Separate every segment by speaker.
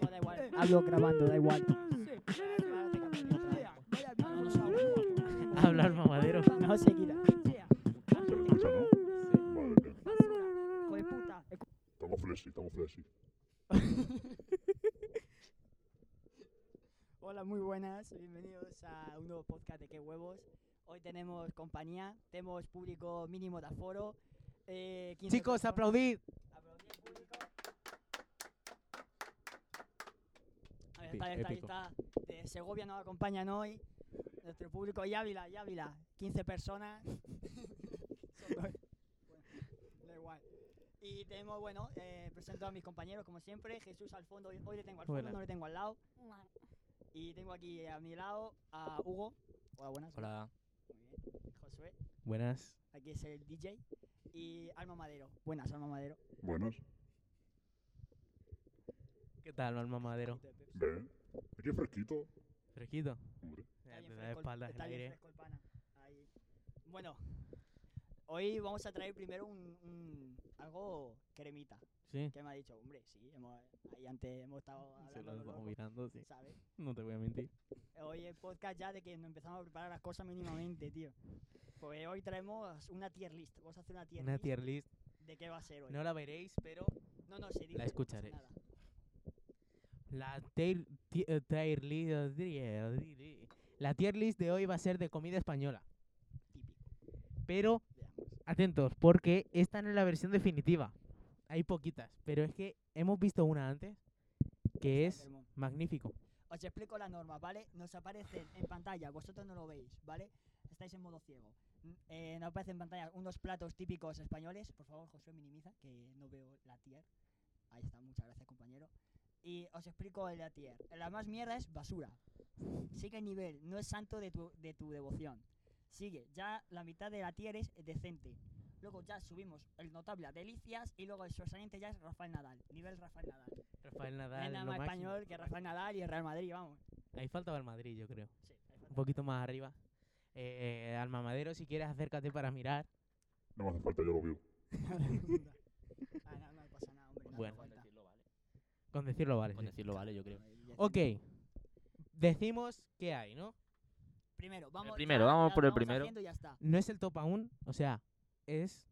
Speaker 1: O da igual.
Speaker 2: Hablo grabando, da igual.
Speaker 3: Hablar mamadero.
Speaker 2: No se quita.
Speaker 1: Hijo de puta.
Speaker 4: Estamos flashy, estamos flashy.
Speaker 2: Hola, muy buenas. Bienvenidos a un nuevo podcast de Qué Huevos. Hoy tenemos compañía, tenemos público mínimo de aforo. eh, 15
Speaker 5: Chicos,
Speaker 2: personas.
Speaker 5: aplaudid.
Speaker 2: Aplaudí al público. Ahí
Speaker 5: Épico,
Speaker 2: está, ahí está, ahí
Speaker 5: épico.
Speaker 2: está. De Segovia nos acompañan hoy. Nuestro público y Ávila, y Ávila. 15 personas. Son dos. Bueno, da igual. Y tenemos, bueno, eh, presento a mis compañeros como siempre. Jesús al fondo, hoy- hoy le tengo al fondo,
Speaker 3: Buenas.
Speaker 2: no le tengo al lado. Y tengo aquí a mi lado a Hugo. Hola, buenas.
Speaker 3: Hola.
Speaker 2: Muy bien. Josué,
Speaker 3: Buenas.
Speaker 2: aquí es el DJ. Y Alma Madero. Buenas, Alma Madero.
Speaker 4: Buenos.
Speaker 3: ¿Qué tal, alma mamadero?
Speaker 4: Ven. Aquí es fresquito.
Speaker 3: Fresquito.
Speaker 4: Hombre.
Speaker 2: Está bien
Speaker 3: Te da
Speaker 2: fresco el-
Speaker 3: espaldas en
Speaker 2: está
Speaker 3: el
Speaker 2: bien
Speaker 3: aire.
Speaker 2: fresco el pana. Ahí. Bueno, hoy vamos a traer primero un, un- algo cremita.
Speaker 3: Sí.
Speaker 2: que me ha dicho? Hombre, sí, hemos, ahí antes hemos estado
Speaker 3: Se
Speaker 2: hablando,
Speaker 3: lo
Speaker 2: lo
Speaker 3: estamos
Speaker 2: loco,
Speaker 3: mirando, sí.
Speaker 2: ¿sabes?
Speaker 3: No te voy a mentir.
Speaker 2: Hoy el podcast ya de que nos empezamos a preparar las cosas mínimamente, tío. Pues hoy traemos una tier list. Vamos a hacer una tier
Speaker 3: Una
Speaker 2: list pues.
Speaker 3: tier list.
Speaker 2: de qué va a ser hoy.
Speaker 3: No la veréis, pero
Speaker 2: no, no, se dice, no pasa
Speaker 3: escucharéis.
Speaker 2: nada.
Speaker 3: La tier, ti- eh, tier list, eh, di- eh, di- di. la tier list de hoy va a ser de comida española.
Speaker 2: Típico,
Speaker 3: Pero
Speaker 2: veamos.
Speaker 3: atentos, porque esta no es la versión definitiva. Hay poquitas, pero es que hemos visto una antes que
Speaker 2: Está
Speaker 3: es
Speaker 2: enfermo.
Speaker 3: magnífico.
Speaker 2: Os explico las normas, ¿vale? Nos aparecen en pantalla, vosotros no lo veis, ¿vale? Estáis en modo ciego. N- eh, nos aparecen en pantalla unos platos típicos españoles. Por favor, José, minimiza, que no veo la tier. Ahí está, muchas gracias, compañero. Y os explico el de la tier. La más mierda es basura. Sigue el nivel, no es santo de tu, de tu devoción. Sigue, ya la mitad de la tier es decente. Luego ya subimos el notable a Delicias y luego el sobresaliente ya es Rafael Nadal. Nivel Rafael Nadal.
Speaker 3: Rafael
Speaker 2: No hay
Speaker 3: Nadal.
Speaker 2: nada
Speaker 3: lo
Speaker 2: más
Speaker 3: máximo.
Speaker 2: español que Rafael Nadal y el Real Madrid, vamos.
Speaker 3: Ahí faltaba el Madrid, yo creo.
Speaker 2: Sí, ahí
Speaker 3: Un
Speaker 2: falta.
Speaker 3: poquito más arriba. Eh, eh, Alma Madero, si quieres, acércate para mirar.
Speaker 4: No me hace falta, yo lo veo.
Speaker 2: Ah, no, no pasa nada, hombre. no
Speaker 3: Bueno.
Speaker 2: hace falta.
Speaker 3: Con decirlo vale.
Speaker 6: Con
Speaker 3: sí.
Speaker 6: decirlo vale, yo creo.
Speaker 3: Ok. Decimos qué hay, ¿no?
Speaker 2: Primero, vamos.
Speaker 6: primero, vamos por el
Speaker 2: vamos
Speaker 6: primero.
Speaker 2: haciendo y ya está.
Speaker 3: No es el top aún, o sea, es...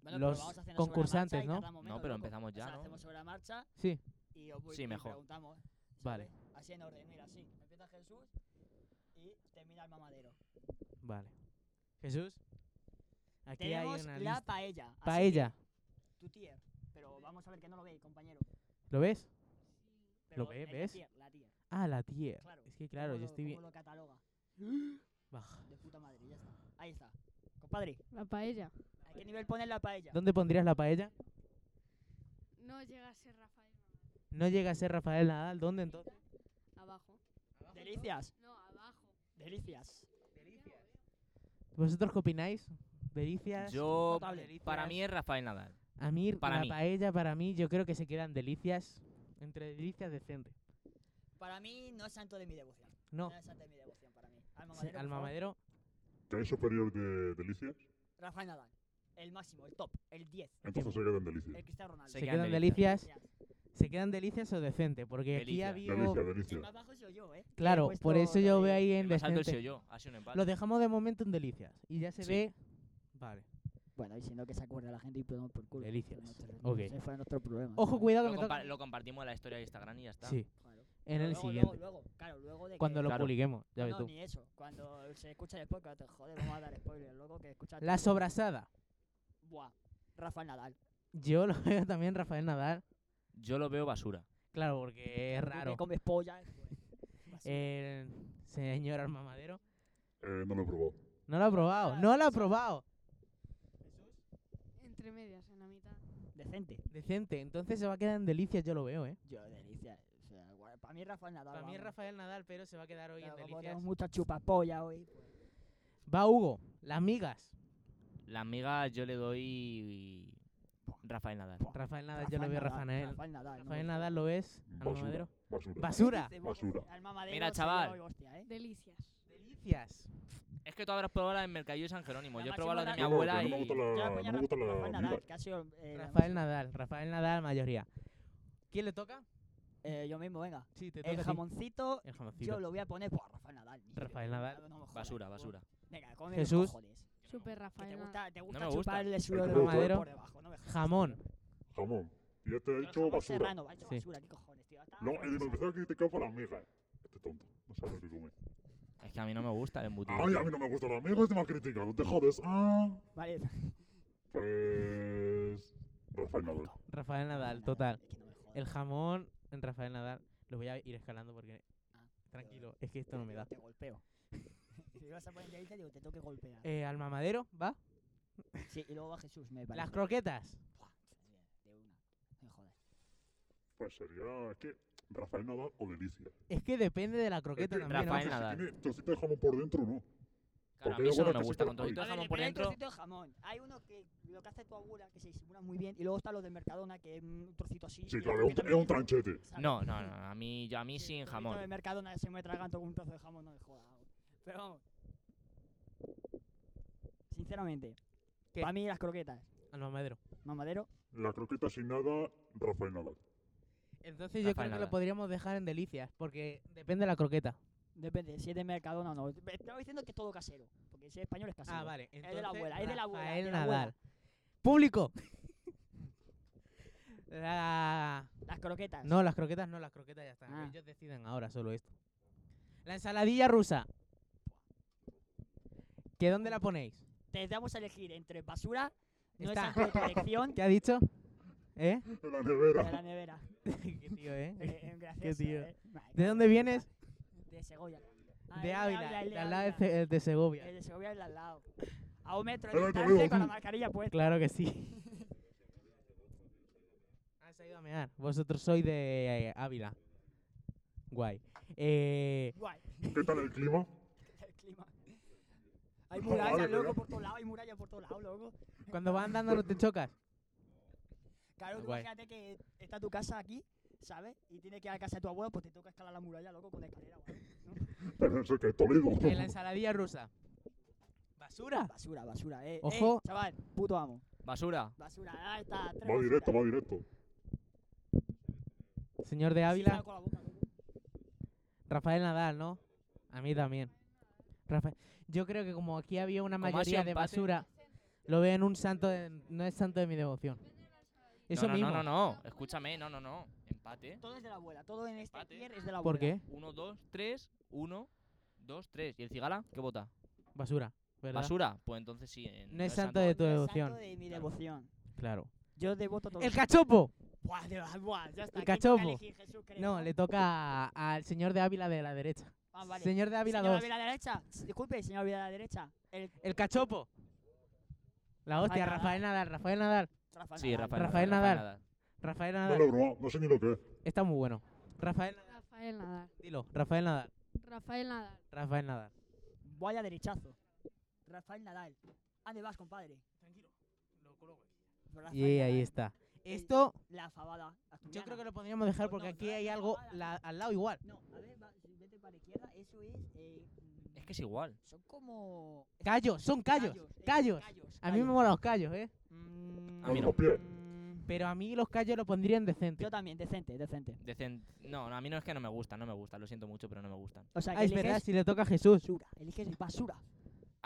Speaker 2: Bueno, pero
Speaker 3: Los
Speaker 2: vamos haciendo sobre la
Speaker 3: concursantes,
Speaker 2: marcha y
Speaker 3: ¿no?
Speaker 2: tardamos
Speaker 6: No,
Speaker 2: menos,
Speaker 6: pero
Speaker 2: loco.
Speaker 6: empezamos
Speaker 2: O sea,
Speaker 6: ya, ¿no?
Speaker 2: Hacemos sobre la marcha
Speaker 3: Sí,
Speaker 2: y os voy
Speaker 6: Sí,
Speaker 2: y
Speaker 6: mejor.
Speaker 2: preguntamos. ¿sabes?
Speaker 3: Vale.
Speaker 2: Así en orden, mira, así. Empieza Jesús y termina el mamadero.
Speaker 3: vale. Jesús. Aquí
Speaker 2: Tenemos
Speaker 3: hay una
Speaker 2: la
Speaker 3: lista.
Speaker 2: paella. así que
Speaker 3: Paella.
Speaker 2: Tu tier. Pero vamos a ver que no lo veis, compañero.
Speaker 3: ¿Lo ves?
Speaker 2: Pero
Speaker 3: ¿Lo ve?
Speaker 2: es la
Speaker 3: ¿Ves?
Speaker 2: tier, la tier.
Speaker 3: Ah, la tier.
Speaker 2: Claro.
Speaker 3: Es que claro,
Speaker 2: ¿Cómo
Speaker 3: yo
Speaker 2: lo-
Speaker 3: estoy
Speaker 2: cómo
Speaker 3: bien...
Speaker 2: lo cataloga?
Speaker 3: Baja.
Speaker 2: De puta madre, ya está. Ahí está. Compadre,
Speaker 7: La paella.
Speaker 2: ¿a qué nivel pones la paella?
Speaker 3: ¿Dónde pondrías la paella?
Speaker 7: No llega a ser Rafael.
Speaker 3: No llega a ser Rafael Nadal, ¿dónde entonces?
Speaker 7: Abajo.
Speaker 2: Delicias.
Speaker 7: No, abajo.
Speaker 2: Delicias.
Speaker 3: ¿Vosotros qué opináis? Delicias.
Speaker 6: Yo,
Speaker 2: notable.
Speaker 6: para mí es Rafael Nadal.
Speaker 3: A mí,
Speaker 6: para
Speaker 3: la
Speaker 6: mí.
Speaker 3: paella para mí, yo creo que se quedan delicias. Entre delicias decente.
Speaker 2: Para mí no es santo de mi devoción.
Speaker 3: No,
Speaker 2: No es santo de mi devoción para mí. Alma
Speaker 3: sí,
Speaker 2: Madero, por
Speaker 3: al
Speaker 2: favor.
Speaker 3: mamadero.
Speaker 4: ¿Qué hay superior de delicias?
Speaker 2: Rafael Nadal. El máximo, el top, el 10.
Speaker 4: Entonces se quedan
Speaker 2: El
Speaker 4: delicias.
Speaker 2: Cristiano Ronaldo.
Speaker 6: Se
Speaker 3: Se
Speaker 6: quedan
Speaker 3: quedan
Speaker 6: delicias.
Speaker 3: delicias. ¿Se quedan delicias o decente? Porque aquí ha
Speaker 6: Delicias.
Speaker 3: habido.
Speaker 4: Delicias,
Speaker 2: El
Speaker 4: delicias.
Speaker 2: más bajo soy yo, ¿eh?
Speaker 3: Claro,
Speaker 2: He
Speaker 3: por
Speaker 2: puesto
Speaker 3: eso yo
Speaker 2: lo de-
Speaker 3: veo ahí en
Speaker 6: El más alto he sido
Speaker 3: decente.
Speaker 6: yo, ha sido un empate.
Speaker 3: Lo dejamos de momento en delicias. Y ya se
Speaker 6: Sí.
Speaker 3: ve. Vale.
Speaker 2: Bueno, y si no que se acuerde la gente y podemos por culo.
Speaker 3: Delicias.
Speaker 2: Ese no-
Speaker 3: Ok.
Speaker 2: Ese fue nuestro problema.
Speaker 3: Ojo, cuidado
Speaker 6: Lo,
Speaker 3: que me
Speaker 6: compa-
Speaker 3: toca.
Speaker 6: lo compartimos en la historia de Instagram y ya está.
Speaker 3: Sí,
Speaker 2: Claro.
Speaker 3: en
Speaker 2: Pero
Speaker 3: el
Speaker 2: luego,
Speaker 3: siguiente.
Speaker 2: Luego, luego, claro, luego de
Speaker 3: Cuando
Speaker 2: que...
Speaker 3: lo
Speaker 6: Claro.
Speaker 3: publiquemos, ya ves
Speaker 2: no,
Speaker 3: tú.
Speaker 2: ni eso. Cuando se escucha después, que te joder, vamos a dar spoilers, loco, que escucha...
Speaker 3: La sobrasada.
Speaker 2: Buah, Rafael Nadal.
Speaker 3: Yo lo veo también Rafael Nadal.
Speaker 6: Yo lo veo basura.
Speaker 3: Claro, porque es
Speaker 2: Tú que
Speaker 3: raro. Eh.
Speaker 2: comes polla. pues,
Speaker 3: El señor Armamadero.
Speaker 4: Eh, no lo he probado.
Speaker 3: No lo ha probado. No lo ha probado.
Speaker 7: Entre medias, en la mitad.
Speaker 2: Decente.
Speaker 3: Decente. Entonces se va a quedar en delicias, yo lo veo, ¿eh?
Speaker 2: Yo, delicias. O sea, guau, para mí Rafael Nadal.
Speaker 3: Para mí es
Speaker 2: vamos.
Speaker 3: Rafael Nadal, pero se va a quedar hoy en
Speaker 2: Claro, como
Speaker 3: delicias.
Speaker 2: tenemos mucha chupapolla hoy. pues,
Speaker 3: Va Hugo. Las migas.
Speaker 6: Las migas yo le doy Rafael Nadal.
Speaker 2: Buah.
Speaker 3: Rafael Nadal, yo lo veo Rafael.
Speaker 2: Rafael Nadal. no
Speaker 3: Rafael
Speaker 2: me-
Speaker 3: Nadal lo es.
Speaker 4: Basura.
Speaker 3: Almamadero.
Speaker 4: Basura.
Speaker 3: Basura.
Speaker 2: Dice,
Speaker 4: Basura.
Speaker 2: Al mamadero
Speaker 6: Mira,
Speaker 2: se lleva
Speaker 6: chaval.
Speaker 2: hoy, hostia, ¿eh?
Speaker 7: Delicias.
Speaker 3: Delicias.
Speaker 6: Es que tú habrás probado la de Mercadillo de San Jerónimo.
Speaker 2: La
Speaker 6: Yo he probado la de mi
Speaker 2: máxima
Speaker 4: No,
Speaker 6: abuela
Speaker 4: pero no me
Speaker 6: y.
Speaker 4: gusta
Speaker 2: Yo la
Speaker 4: la,
Speaker 2: ponía
Speaker 4: no me gusta la
Speaker 2: Rafael Nadal,
Speaker 4: viva.
Speaker 2: que ha sido, eh, la
Speaker 3: Rafael
Speaker 2: más-
Speaker 3: Nadal, Rafael Nadal, mayoría. ¿Quién le toca?
Speaker 2: Eh, yo mismo, venga.
Speaker 3: Sí, te toca.
Speaker 2: El
Speaker 3: a ti.
Speaker 2: jamoncito,
Speaker 3: El
Speaker 2: yo
Speaker 3: jamoncito.
Speaker 2: lo voy a poner. Buah, Rafael Nadal. ni-
Speaker 3: Rafael Nadal.
Speaker 2: no me jodas,
Speaker 6: Basura,
Speaker 2: tú.
Speaker 6: basura.
Speaker 2: Venga, come
Speaker 3: Jesús.
Speaker 2: Jesús. Cojones.
Speaker 7: Super
Speaker 2: Que te
Speaker 7: Rafael.
Speaker 2: gusta, te gusta
Speaker 6: me gusta.
Speaker 2: chupar el sudor
Speaker 4: El
Speaker 2: del
Speaker 3: madero.
Speaker 2: por debajo, no me jodas.
Speaker 3: Este Jamón.
Speaker 4: Jamón. Y ya te he
Speaker 2: Pero
Speaker 4: dicho
Speaker 2: jamón
Speaker 4: basura.
Speaker 2: serrano, ha hecho
Speaker 3: Sí.
Speaker 2: basura, ¿qué cojones, tío? Está-
Speaker 4: No, y me empezaba que te capa las migas. Este tonto. No sabe lo que come.
Speaker 6: Es que a mí no me gusta el embutido.
Speaker 4: Ay, a mí no me gustan las migas, te me has criticado. Te jodes. Ah,
Speaker 2: Vale.
Speaker 4: pues. Rafael Nadal.
Speaker 3: Rafael Nadal,
Speaker 2: Nada,
Speaker 3: total.
Speaker 2: es que no me jodas.
Speaker 3: El jamón en Rafael Nadal. Lo voy a ir escalando porque.
Speaker 2: Ah,
Speaker 3: Tranquilo, es que esto no me
Speaker 2: Digo,
Speaker 3: da.
Speaker 2: Te golpeo. si vas a poner de ahí, te digo, te tengo que golpear.
Speaker 3: Eh, al mamadero, va.
Speaker 2: Sí, y luego va Jesús, me parece.
Speaker 3: Las croquetas.
Speaker 2: Buah, de una. No me jodas.
Speaker 4: Pues sería. Es que. Rafael Nadal o Delicia.
Speaker 3: Es que depende de la
Speaker 4: Es
Speaker 3: croqueta
Speaker 4: que
Speaker 3: también.
Speaker 6: Rafael
Speaker 4: no sé
Speaker 6: Nadal.
Speaker 4: Si tiene trocito de jamón por dentro o no.
Speaker 6: Claro, a
Speaker 4: porque
Speaker 6: mí
Speaker 4: hay
Speaker 6: eso
Speaker 4: algunas
Speaker 6: no me
Speaker 4: que sí
Speaker 6: gusta.
Speaker 4: te
Speaker 6: Con trocito de
Speaker 2: A ver,
Speaker 6: jamón
Speaker 2: depende
Speaker 6: por
Speaker 2: del
Speaker 6: dentro.
Speaker 2: trocito de jamón. Hay uno que lo que hace tu abuela, que se disimula muy bien, y luego está los del Mercadona, que es un trocito así.
Speaker 4: Sí,
Speaker 2: y
Speaker 4: claro,
Speaker 2: que
Speaker 4: es un,
Speaker 2: también-
Speaker 4: es un tranchete.
Speaker 2: ¿sabes?
Speaker 6: No, no, no. A mí, yo, a mí sin
Speaker 2: El de
Speaker 6: jamón.
Speaker 2: Mercadona se me traganto con un trozo de jamón, no me jodas. Pero vamos. Sinceramente,
Speaker 3: ¿Qué?
Speaker 2: para mí las croquetas,
Speaker 3: Al mamadero.
Speaker 2: mamadero,
Speaker 4: La croqueta sin nada, Rafael Nadal.
Speaker 3: Entonces yo creo
Speaker 6: Rafael
Speaker 3: que lo
Speaker 6: Nadal.
Speaker 3: podríamos dejar en delicias porque depende de la croqueta.
Speaker 2: depende si es de Mercadona o no. Estaba diciendo que es todo casero, porque si es español es casero.
Speaker 3: Ah, vale.
Speaker 2: de la
Speaker 3: entonces,
Speaker 2: abuela, es de la abuela,
Speaker 3: Rafael
Speaker 2: de la abuela.
Speaker 3: Nadal. Público. La-
Speaker 2: Las croquetas.
Speaker 3: No, las croquetas no, las croquetas ya están.
Speaker 2: Ah.
Speaker 3: Ellos deciden ahora solo esto. La ensaladilla rusa. ¿Que dónde la ponéis?
Speaker 2: Te damos a elegir entre basura, no
Speaker 3: Está.
Speaker 2: es santo de elección,
Speaker 3: ¿Qué ha dicho? ¿Eh?
Speaker 4: En la
Speaker 2: de
Speaker 4: nevera.
Speaker 2: la nevera.
Speaker 3: Qué tío, ¿eh?
Speaker 2: Eh, eh, gracioso,
Speaker 3: tío.
Speaker 2: eh. Vale,
Speaker 3: ¿De dónde vienes?
Speaker 2: De Segovia. Ah,
Speaker 3: De
Speaker 2: es
Speaker 3: Ávila,
Speaker 2: es
Speaker 3: de al lado de,
Speaker 2: Ávila.
Speaker 3: Ce- eh, de Segovia.
Speaker 2: El de Segovia es de al lado. A un metro
Speaker 4: Ahí
Speaker 2: de
Speaker 4: va, te
Speaker 2: distancia
Speaker 4: veo.
Speaker 2: y con la mascarilla puesta.
Speaker 3: Claro que sí. Ah, se ha ido a mear. Vosotros sois de eh, Ávila. Guay. Eh,
Speaker 2: Guay.
Speaker 4: ¿Qué tal el clima?
Speaker 2: El clima. Hay
Speaker 4: No,
Speaker 2: murallas,
Speaker 4: vale,
Speaker 2: loco,
Speaker 4: pero-
Speaker 2: por todos lados. Hay murallas por todos lados, loco.
Speaker 3: cuando vas andando no te chocas.
Speaker 2: Claro, tú
Speaker 3: Guay.
Speaker 2: imagínate que está tu casa aquí, ¿sabes? Y tienes que ir a casa de tu abuelo, pues te toca escalar la muralla, loco, con escalera, guay.
Speaker 4: Pero eso que es Toledo.
Speaker 3: Eh, la ensaladilla rusa. ¿Basura?
Speaker 2: Basura, basura, eh.
Speaker 3: Ojo.
Speaker 2: Eh, chaval, puto amo.
Speaker 6: Basura.
Speaker 2: Basura, ahí está. tres
Speaker 4: Va directo,
Speaker 2: basuras.
Speaker 4: va directo.
Speaker 3: Señor de
Speaker 2: Sí,
Speaker 3: Ávila.
Speaker 2: saco la boca, loco.
Speaker 3: Rafael Nadal, ¿no? A mí también. Rafael. Yo creo que como aquí había una
Speaker 6: Como ha sido
Speaker 3: mayoría de
Speaker 6: empate.
Speaker 3: basura, lo veo en un santo, de- no es santo de mi devoción. Eso
Speaker 6: no, no,
Speaker 3: mismo.
Speaker 6: No, no, no. Escúchame, no, no, no. Empate.
Speaker 2: Todo es de la abuela, todo en este
Speaker 6: Empate.
Speaker 2: tier es de la abuela.
Speaker 3: ¿Por qué?
Speaker 6: 1, 2, 3, 1, 2, 3. ¿Y el cigala? ¿Qué vota?
Speaker 3: Basura. ¿verdad?
Speaker 6: ¿Basura? Pues entonces sí. eh,
Speaker 3: No es santo de- tu
Speaker 2: Santo
Speaker 3: devoción.
Speaker 2: de mi
Speaker 6: Claro.
Speaker 2: devoción.
Speaker 3: Claro.
Speaker 2: Yo devoto todo.
Speaker 3: El cachopo.
Speaker 2: Buah, de- buah, ya está.
Speaker 3: El
Speaker 2: ¿Qué toca
Speaker 3: cachopo.
Speaker 2: elegir, Jesús, creo,
Speaker 3: No, le toca a- al señor de Ávila de la derecha.
Speaker 2: Ah, vale.
Speaker 3: Señor de Ávila
Speaker 2: Señor
Speaker 3: 2.
Speaker 2: Ávila derecha. Ch, Disculpe, señor Ávila de la derecha. El
Speaker 3: El cachopo. La
Speaker 2: Rafael
Speaker 3: hostia,
Speaker 2: Nadal.
Speaker 3: Rafael Nadal, Rafael Nadal.
Speaker 2: Rafa
Speaker 6: Sí,
Speaker 2: Nadal.
Speaker 6: Rafael,
Speaker 3: Ah, Rafael Nadal.
Speaker 6: Nadal.
Speaker 3: Rafael
Speaker 4: No lo he
Speaker 3: Nadal.
Speaker 4: probado, no sé ni lo que es.
Speaker 3: Está muy bueno. Rafael Nadal.
Speaker 7: Rafael Nadal.
Speaker 3: Dilo, Rafael Nadal.
Speaker 7: Rafael Nadal.
Speaker 3: Rafael Nadal.
Speaker 2: Vaya derechazo. Rafael Nadal. ¿Dónde vas, compadre? Tranquilo. Lo coloco
Speaker 3: Y ahí está. Esto
Speaker 2: La fabada.
Speaker 3: Eh, yo
Speaker 2: asturiana.
Speaker 3: creo que lo podríamos dejar porque
Speaker 2: No,
Speaker 3: aquí
Speaker 2: Rafael
Speaker 3: hay algo
Speaker 2: Nadal.
Speaker 3: la- al lado igual.
Speaker 2: No, a ver, va, si vete para la izquierda. Eso es. eh, mm,
Speaker 6: Es que es igual.
Speaker 2: Son como. es-
Speaker 3: Callos, son callos.
Speaker 2: eh,
Speaker 3: callos. A mí me molan los callos, ¿eh?
Speaker 2: Mm,
Speaker 6: A mí
Speaker 4: no. Los pies.
Speaker 2: mm,
Speaker 3: Pero a mí los callos lo pondrían decente.
Speaker 2: Yo también, decente, decente.
Speaker 6: Decen- No, no, a mí no es que no me gustan, no me gustan. Lo siento mucho, pero no me gustan.
Speaker 2: O sea, que
Speaker 3: Ah, es verdad,
Speaker 2: eliges
Speaker 3: si le toca a Jesús.
Speaker 2: basura. ¿Eh? Eliges basura.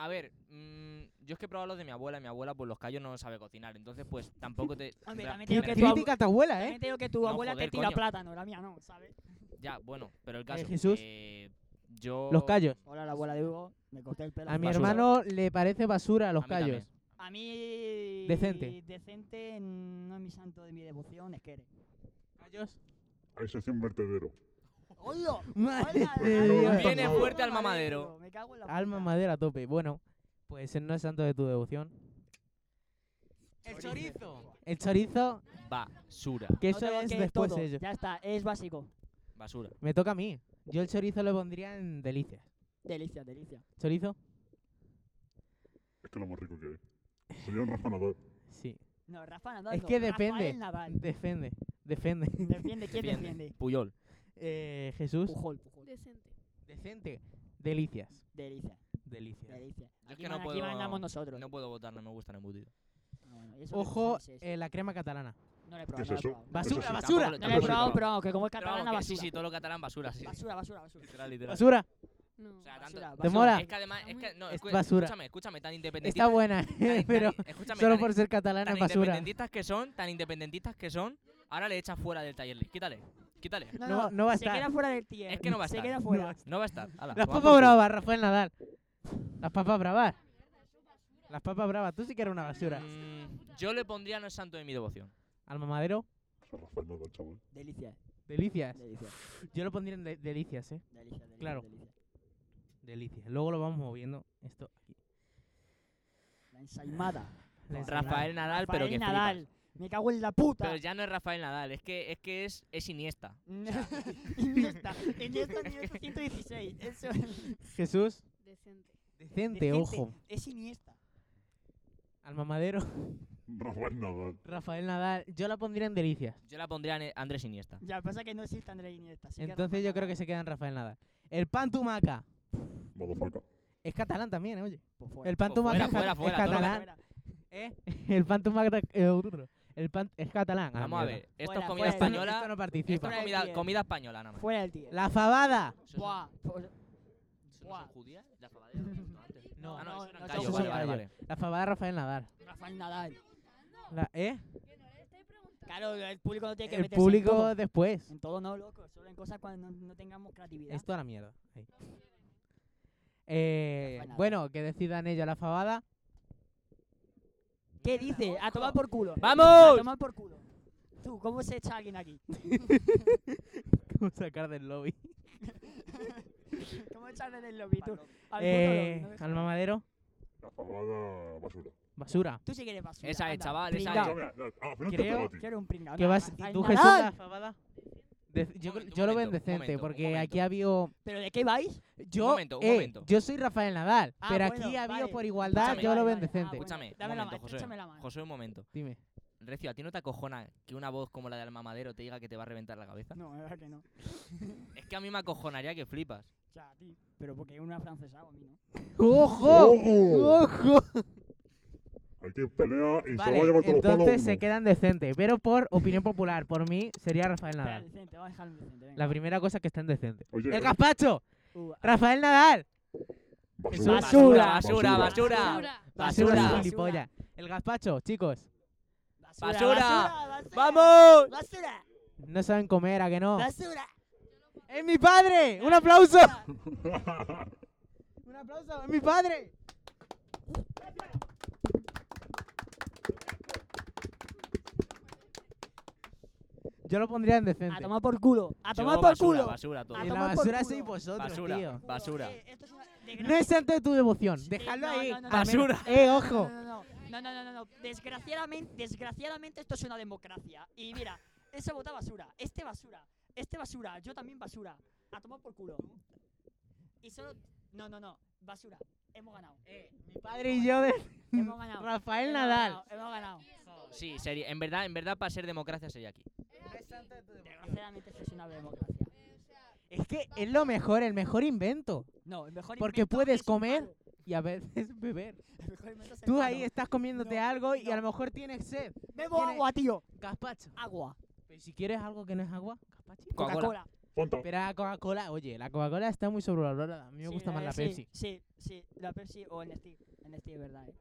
Speaker 6: A ver, mm, yo es que he probado los de mi abuela. y Mi abuela, pues los callos no sabe cocinar. Entonces, pues tampoco te.
Speaker 2: Hombre,
Speaker 6: ra-
Speaker 2: también
Speaker 6: me
Speaker 2: digo que tu
Speaker 6: refiero-
Speaker 2: abu-
Speaker 3: Crítica a tu abuela, ¿eh?
Speaker 2: También te digo que tu
Speaker 6: No,
Speaker 2: abuela
Speaker 6: joder,
Speaker 2: te tira
Speaker 6: coño.
Speaker 2: plátano, la mía no, ¿sabes?
Speaker 6: Ya, bueno, pero el caso.
Speaker 3: Jesús.
Speaker 6: eh, yo.
Speaker 3: Los callos.
Speaker 2: Hola, la abuela de Hugo. Me corté el pelo.
Speaker 3: A mi
Speaker 6: Basura.
Speaker 3: hermano le parece basura a los
Speaker 6: A mí
Speaker 3: callos.
Speaker 6: también.
Speaker 2: A mí.
Speaker 3: Decente.
Speaker 2: Decente mm, no es mi santo de mi devoción, es que eres.
Speaker 3: Callos.
Speaker 4: Hay sección vertedero.
Speaker 2: ¡Hola!
Speaker 3: Madre
Speaker 2: ¡Hola!
Speaker 3: de
Speaker 2: ¡Hola!
Speaker 3: Dios.
Speaker 6: Viene
Speaker 2: ¡Hola,
Speaker 6: fuerte al
Speaker 2: mamadero!
Speaker 6: mamadero.
Speaker 2: Me cago en la
Speaker 3: Alma
Speaker 2: puta.
Speaker 3: madera a tope. Bueno, pues no es santo de tu devoción. El chorizo. El chorizo,
Speaker 6: Basura.
Speaker 3: que
Speaker 2: No
Speaker 3: eso
Speaker 2: tengo
Speaker 3: es
Speaker 2: que
Speaker 3: después
Speaker 2: todo,
Speaker 3: de ello.
Speaker 2: Ya está, es básico.
Speaker 6: Basura.
Speaker 3: Me toca a mí. Yo el chorizo lo pondría en delicias.
Speaker 2: Delicia, delicia.
Speaker 3: ¿Chorizo?
Speaker 4: Es que es lo más rico que hay. Sería un Rafa Nadal.
Speaker 3: Sí.
Speaker 2: No, Rafa Nadal.
Speaker 3: Es
Speaker 2: no,
Speaker 3: que
Speaker 2: Rafael
Speaker 3: depende.
Speaker 2: Nadal.
Speaker 3: Defende. Defende.
Speaker 2: Defiende, ¿quién
Speaker 6: Defiende.
Speaker 2: defiende?
Speaker 6: Puyol.
Speaker 3: Eh, Jesús.
Speaker 2: Pujol, Pujol.
Speaker 7: Decente.
Speaker 3: Decente. Delicias.
Speaker 2: Delicia.
Speaker 3: Delicia.
Speaker 2: Delicia.
Speaker 6: es
Speaker 2: Aquí
Speaker 6: que
Speaker 2: man-
Speaker 6: no
Speaker 2: aquí
Speaker 6: puedo-
Speaker 2: mandamos nosotros.
Speaker 6: No puedo votar, no me gustan embutidos.
Speaker 2: Ah, bueno, y eso que
Speaker 3: Ojo,
Speaker 2: José es-
Speaker 3: eh, la crema catalana.
Speaker 2: no le he probado. no
Speaker 4: es
Speaker 2: la he
Speaker 4: eso?
Speaker 2: probado.
Speaker 4: Bas-
Speaker 3: ¡Basura,
Speaker 4: sí,
Speaker 3: basura!
Speaker 2: No
Speaker 6: tampoco
Speaker 2: la he
Speaker 6: Basura.
Speaker 2: probado, pero que como es
Speaker 6: Pero vamos,
Speaker 2: catalana,
Speaker 6: que
Speaker 2: basura.
Speaker 6: Sí, sí, todo lo catalán basura, sí.
Speaker 2: basura, basura, basura.
Speaker 6: Literal, literal.
Speaker 3: ¡Basura!
Speaker 7: No.
Speaker 6: O sea, tanto-
Speaker 2: Basura,
Speaker 3: ¿Te
Speaker 2: basura.
Speaker 3: mola?
Speaker 6: Es que además, es que, no,
Speaker 3: Es
Speaker 6: escu-
Speaker 3: basura.
Speaker 6: escúchame, escúchame, tan independentista.
Speaker 3: Está buena,
Speaker 6: tan-
Speaker 3: pero
Speaker 6: tan- escúchame,
Speaker 3: solo
Speaker 6: tan-
Speaker 3: por ser catalana
Speaker 6: tan
Speaker 3: es basura.
Speaker 6: independentistas que son, tan independentistas que son, ahora le echas fuera del taller. Lee. Quítale, quítale.
Speaker 2: No,
Speaker 3: No, no va a estar.
Speaker 2: Se queda fuera del tier.
Speaker 6: Es que no va a
Speaker 2: Se
Speaker 6: estar.
Speaker 2: queda
Speaker 6: No
Speaker 2: fuera.
Speaker 6: No va Ah, a estar.
Speaker 3: Las
Speaker 6: Ala, toma por
Speaker 3: papas
Speaker 6: culo.
Speaker 3: bravas, Rafael Nadal. Las papas bravas. Las papas bravas, tú sí que eres una basura.
Speaker 6: Mm, yo le pondría no es santo de mi devoción.
Speaker 3: Al mamadero,
Speaker 4: Rafael Nadal, chaval.
Speaker 2: Delicia,
Speaker 3: delicias.
Speaker 2: delicia,
Speaker 3: Yo lo pondría en de- delicias, eh.
Speaker 2: delicia, delicia.
Speaker 3: Claro.
Speaker 2: delicia.
Speaker 3: Delicias. Luego lo vamos moviendo. Esto aquí.
Speaker 2: La ensaimada.
Speaker 3: La ensalada.
Speaker 6: Rafael Nadal, pero
Speaker 2: Rafael
Speaker 6: que flipas.
Speaker 2: Nadal. Me cago en la puta.
Speaker 6: Pero ya no es Rafael Nadal, es que es, que es, es Iniesta.
Speaker 2: Iniesta, Iniesta nivel 116. Eso es.
Speaker 3: Jesús,
Speaker 7: Decente.
Speaker 3: decente,
Speaker 2: Decente.
Speaker 3: ojo.
Speaker 2: Es Iniesta.
Speaker 3: Al mamadero,
Speaker 4: Rafael Nadal.
Speaker 3: Rafael Nadal. Yo la pondría en delicias.
Speaker 6: Yo la pondría en Andrés Iniesta.
Speaker 2: Ya, pasa que no existe Andrés Iniesta. sí que
Speaker 3: Entonces
Speaker 2: Rafa
Speaker 3: yo creo que
Speaker 2: Nadal,
Speaker 3: se queda en Rafael Nadal. El pan tumaca.
Speaker 4: Motherfucker.
Speaker 3: Es catalán también, eh, oye.
Speaker 2: pues, fuera.
Speaker 3: El pan
Speaker 6: Pues
Speaker 3: tumaca
Speaker 6: fuera,
Speaker 3: es
Speaker 6: fuera,
Speaker 3: ca- es
Speaker 6: fuera, todo lo que-
Speaker 3: catalán. ¿Eh? El pan tumaca. eh, burro. El pan es catalán. Ah,
Speaker 6: Vamos a
Speaker 3: mierda.
Speaker 6: ver, esto
Speaker 2: Fuera,
Speaker 6: es comida
Speaker 2: fuera.
Speaker 3: Esto no-
Speaker 6: española.
Speaker 3: esto no
Speaker 6: Esto
Speaker 3: participa.
Speaker 6: es
Speaker 2: Fuera de
Speaker 6: comida,
Speaker 2: pie.
Speaker 6: comida española nada más.
Speaker 2: Fuera del tier.
Speaker 3: La fabada.
Speaker 6: Eso es-
Speaker 2: Buah. pues, por-
Speaker 6: ¿Eso no
Speaker 2: Buah.
Speaker 6: son judías? ¿La fabadera que he visto antes?
Speaker 3: No,
Speaker 6: Ah, no,
Speaker 2: no,
Speaker 6: eso eran
Speaker 2: no son
Speaker 6: callos, vale,
Speaker 3: judías.
Speaker 6: vale, vale.
Speaker 3: La fabada de Rafael Nadal.
Speaker 2: Rafael Nadal.
Speaker 3: La- ¿Eh?
Speaker 2: Claro, el público no tiene que
Speaker 3: El
Speaker 2: meterse en todo.
Speaker 3: público después.
Speaker 2: En todo no, loco. Solo en cosas cuando no, no tengamos creatividad.
Speaker 3: Esto a la mierda. Ahí. Eh,
Speaker 2: Nadal.
Speaker 3: bueno, que decidan ellos la fabada.
Speaker 2: ¿Qué dice? A tomar por culo. A
Speaker 6: ¡Vamos!
Speaker 2: tomar por culo. Tú, ¿cómo se echa alguien aquí?
Speaker 3: ¿Cómo sacar del lobby?
Speaker 2: ¿Cómo echarle del lobby tú? Al puto
Speaker 3: Eh,
Speaker 2: lobby, no me
Speaker 3: al
Speaker 2: jodas.
Speaker 3: mamadero.
Speaker 4: La fabada basura.
Speaker 3: Basura.
Speaker 2: Tú sí que eres basura.
Speaker 6: Esa es,
Speaker 2: anda,
Speaker 6: chaval, esa es.
Speaker 2: pringao.
Speaker 4: Yo, mira, no, al final te
Speaker 3: Creo
Speaker 4: pego a ti.
Speaker 2: Yo era un pringao.
Speaker 3: ¿Qué
Speaker 2: Ah, nada,
Speaker 3: vas?
Speaker 2: Rafael
Speaker 3: ¿Tú, Jesús,
Speaker 2: Nadal.
Speaker 3: la fabada? Dec- yo creo- yo
Speaker 6: momento,
Speaker 3: lo veo
Speaker 6: un momento, un
Speaker 3: decente,
Speaker 6: momento, un
Speaker 3: porque
Speaker 6: momento.
Speaker 3: aquí ha habido...
Speaker 2: ¿Pero de qué vais?
Speaker 3: Yo,
Speaker 6: momento, un
Speaker 3: eh,
Speaker 6: momento.
Speaker 3: yo soy Rafael Nadal,
Speaker 2: Ah,
Speaker 3: pero
Speaker 2: bueno,
Speaker 3: aquí ha habido
Speaker 2: vale.
Speaker 3: por igualdad,
Speaker 6: Escúchame,
Speaker 3: yo lo
Speaker 2: vale,
Speaker 3: veo
Speaker 2: vale. Ah,
Speaker 3: decente.
Speaker 2: bueno.
Speaker 6: Escúchame, un
Speaker 2: Dame la
Speaker 6: momento,
Speaker 2: mano,
Speaker 6: José.
Speaker 2: échame la mano.
Speaker 6: José, un momento.
Speaker 3: Dime.
Speaker 6: Recio, ¿a ti no te acojona que una voz como la del mamadero te diga que te va a reventar la cabeza?
Speaker 2: No, la verdad que no.
Speaker 6: Es que a mí me acojonaría que flipas.
Speaker 2: O sea, a ti. Pero porque una francesa o a mí, ¿no?
Speaker 3: ¡Ojo!
Speaker 4: ¡Ojo!
Speaker 3: ¡Ojo!
Speaker 4: Aquí pelea y se
Speaker 3: Oh, Vale,
Speaker 4: va a llevar todos los palos.
Speaker 3: entonces
Speaker 4: uno.
Speaker 3: se quedan decentes, pero por opinión popular, por mí sería Rafael
Speaker 2: Espera,
Speaker 3: Nadal.
Speaker 2: decente, vamos a dejarlo decente. venga.
Speaker 3: La primera cosa es que está en decente.
Speaker 4: Oye,
Speaker 3: ¡El
Speaker 4: eh,
Speaker 3: gazpacho!
Speaker 2: Uh,
Speaker 3: ¡Rafael Nadal!
Speaker 4: basura.
Speaker 2: Basura,
Speaker 6: basura, basura.
Speaker 2: Basura.
Speaker 3: Basura,
Speaker 2: Basura.
Speaker 3: gilipollas. El gazpacho, chicos,
Speaker 2: basura,
Speaker 6: basura.
Speaker 2: basura, basura.
Speaker 6: ¡Vamos!
Speaker 2: ¡Basura!
Speaker 3: no saben comer, ¿a que no?
Speaker 2: ¡Basura!
Speaker 3: ¡Es mi padre! ¡Un aplauso! ¡Un aplauso! ¡Es mi padre! Yo lo pondría en
Speaker 2: A
Speaker 3: decente.
Speaker 2: tomar por culo. A tomar
Speaker 6: Yo
Speaker 2: por
Speaker 6: basura,
Speaker 2: culo.
Speaker 6: Basura, todo.
Speaker 2: A
Speaker 3: En la
Speaker 2: tomar por
Speaker 3: basura
Speaker 2: culo.
Speaker 3: sois vosotros,
Speaker 6: Basura.
Speaker 3: tío.
Speaker 6: Basura.
Speaker 2: Eh, esto es una
Speaker 3: No es santo de tu devoción. Déjalo
Speaker 2: no,
Speaker 3: ahí.
Speaker 2: no, no, no.
Speaker 6: Basura.
Speaker 3: ¡Eh, ojo!
Speaker 2: No, no, no, no, no, no, no, no. Desgraciadamente, desgraciadamente esto es una democracia. Y mira, ese vota basura, este basura, este basura, yo también basura. A tomar por culo. Y solo... No, no, no, basura. Hemos ganado.
Speaker 3: Mi padre y yo de
Speaker 2: Hemos ganado.
Speaker 3: Rafael
Speaker 2: Hemos
Speaker 3: Nadal.
Speaker 2: ganado, Hemos ganado.
Speaker 6: Sí, sería, en verdad, en verdad, para ser democracia sería aquí.
Speaker 2: Desgraciadamente esto es una democracia.
Speaker 3: Es que es lo mejor, el mejor invento.
Speaker 2: No, el mejor
Speaker 3: Porque
Speaker 2: invento
Speaker 3: puedes
Speaker 2: es un
Speaker 3: comer.
Speaker 2: palo.
Speaker 3: Y a veces beber.
Speaker 2: El mejor invento es el
Speaker 3: Tú
Speaker 2: palo.
Speaker 3: ahí estás comiéndote
Speaker 2: No,
Speaker 3: algo y a
Speaker 2: no.
Speaker 3: lo mejor tienes sed.
Speaker 2: Bebo
Speaker 3: tienes-
Speaker 2: agua, tío.
Speaker 3: Gazpacho.
Speaker 2: Agua.
Speaker 3: Pero si quieres algo que no es agua, gazpacho.
Speaker 2: Coca-Cola.
Speaker 4: Fanta.
Speaker 3: Pero la Coca-Cola, oye, la Coca-Cola está muy sobrevalorada. A mí me
Speaker 2: Sí,
Speaker 3: gusta más
Speaker 2: eh,
Speaker 3: la
Speaker 2: sí,
Speaker 3: Pepsi.
Speaker 2: Sí, sí, la Pepsi o el Nestlé. El Nestlé es verdad, eh.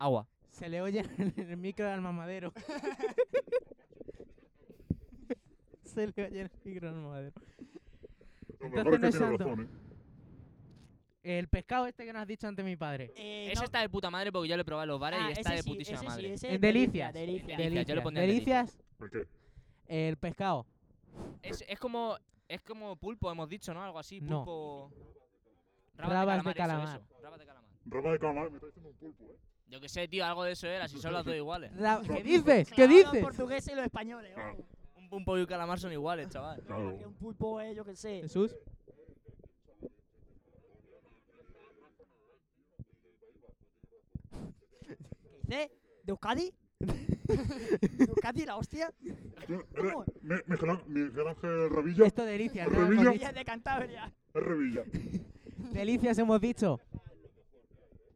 Speaker 6: Agua.
Speaker 3: Se le oye en el micro al mamadero. Se le oye en el micro al mamadero.
Speaker 4: Lo
Speaker 3: entonces
Speaker 4: mejor
Speaker 3: no es
Speaker 4: es que tiene
Speaker 3: santo.
Speaker 4: razón, ¿eh?
Speaker 3: El pescado este que nos has dicho ante mi padre.
Speaker 2: Eh,
Speaker 6: Esa
Speaker 2: no-
Speaker 6: está de puta madre porque yo lo he probado en los bares
Speaker 2: Ah,
Speaker 6: y está
Speaker 2: ese
Speaker 6: de
Speaker 2: sí,
Speaker 6: putísima
Speaker 2: ese sí,
Speaker 6: madre.
Speaker 2: ese
Speaker 3: En Eh,
Speaker 2: es
Speaker 3: delicias.
Speaker 2: Delicias.
Speaker 6: Delicias, yo le pondría en
Speaker 3: Delicias,
Speaker 4: ¿Por qué?
Speaker 3: el pescado.
Speaker 6: Es, es como es como pulpo, hemos dicho, ¿no? Algo así,
Speaker 3: No.
Speaker 6: pulpo.
Speaker 3: Rabas de
Speaker 6: eso, eso. Rabas de calamar.
Speaker 4: Raba de calamar, me está diciendo un pulpo, ¿eh?
Speaker 6: Yo qué sé, tío, algo de eso era, si son las dos iguales.
Speaker 3: Ra- ¿Qué dices?
Speaker 2: Claro,
Speaker 3: ¿Qué
Speaker 2: Los
Speaker 3: dices?
Speaker 2: portugueses y los españoles.
Speaker 4: Ah.
Speaker 2: ojo.
Speaker 6: Un pulpo y un calamar son iguales, chaval.
Speaker 4: Claro.
Speaker 2: Que Un pulpo, eh, yo qué sé.
Speaker 3: Jesús.
Speaker 2: ¿Qué dice? ¿De Euskadi? Ducati, la hostia.
Speaker 4: Yo- era-
Speaker 2: ¿Cómo?
Speaker 4: Mi- Miguel Ángel- Miguel Ángel Revilla.
Speaker 3: Esto delicia, ¿no?
Speaker 4: Revilla.
Speaker 2: Villas de Cantabria.
Speaker 4: Es Revilla.
Speaker 3: Delicias hemos dicho.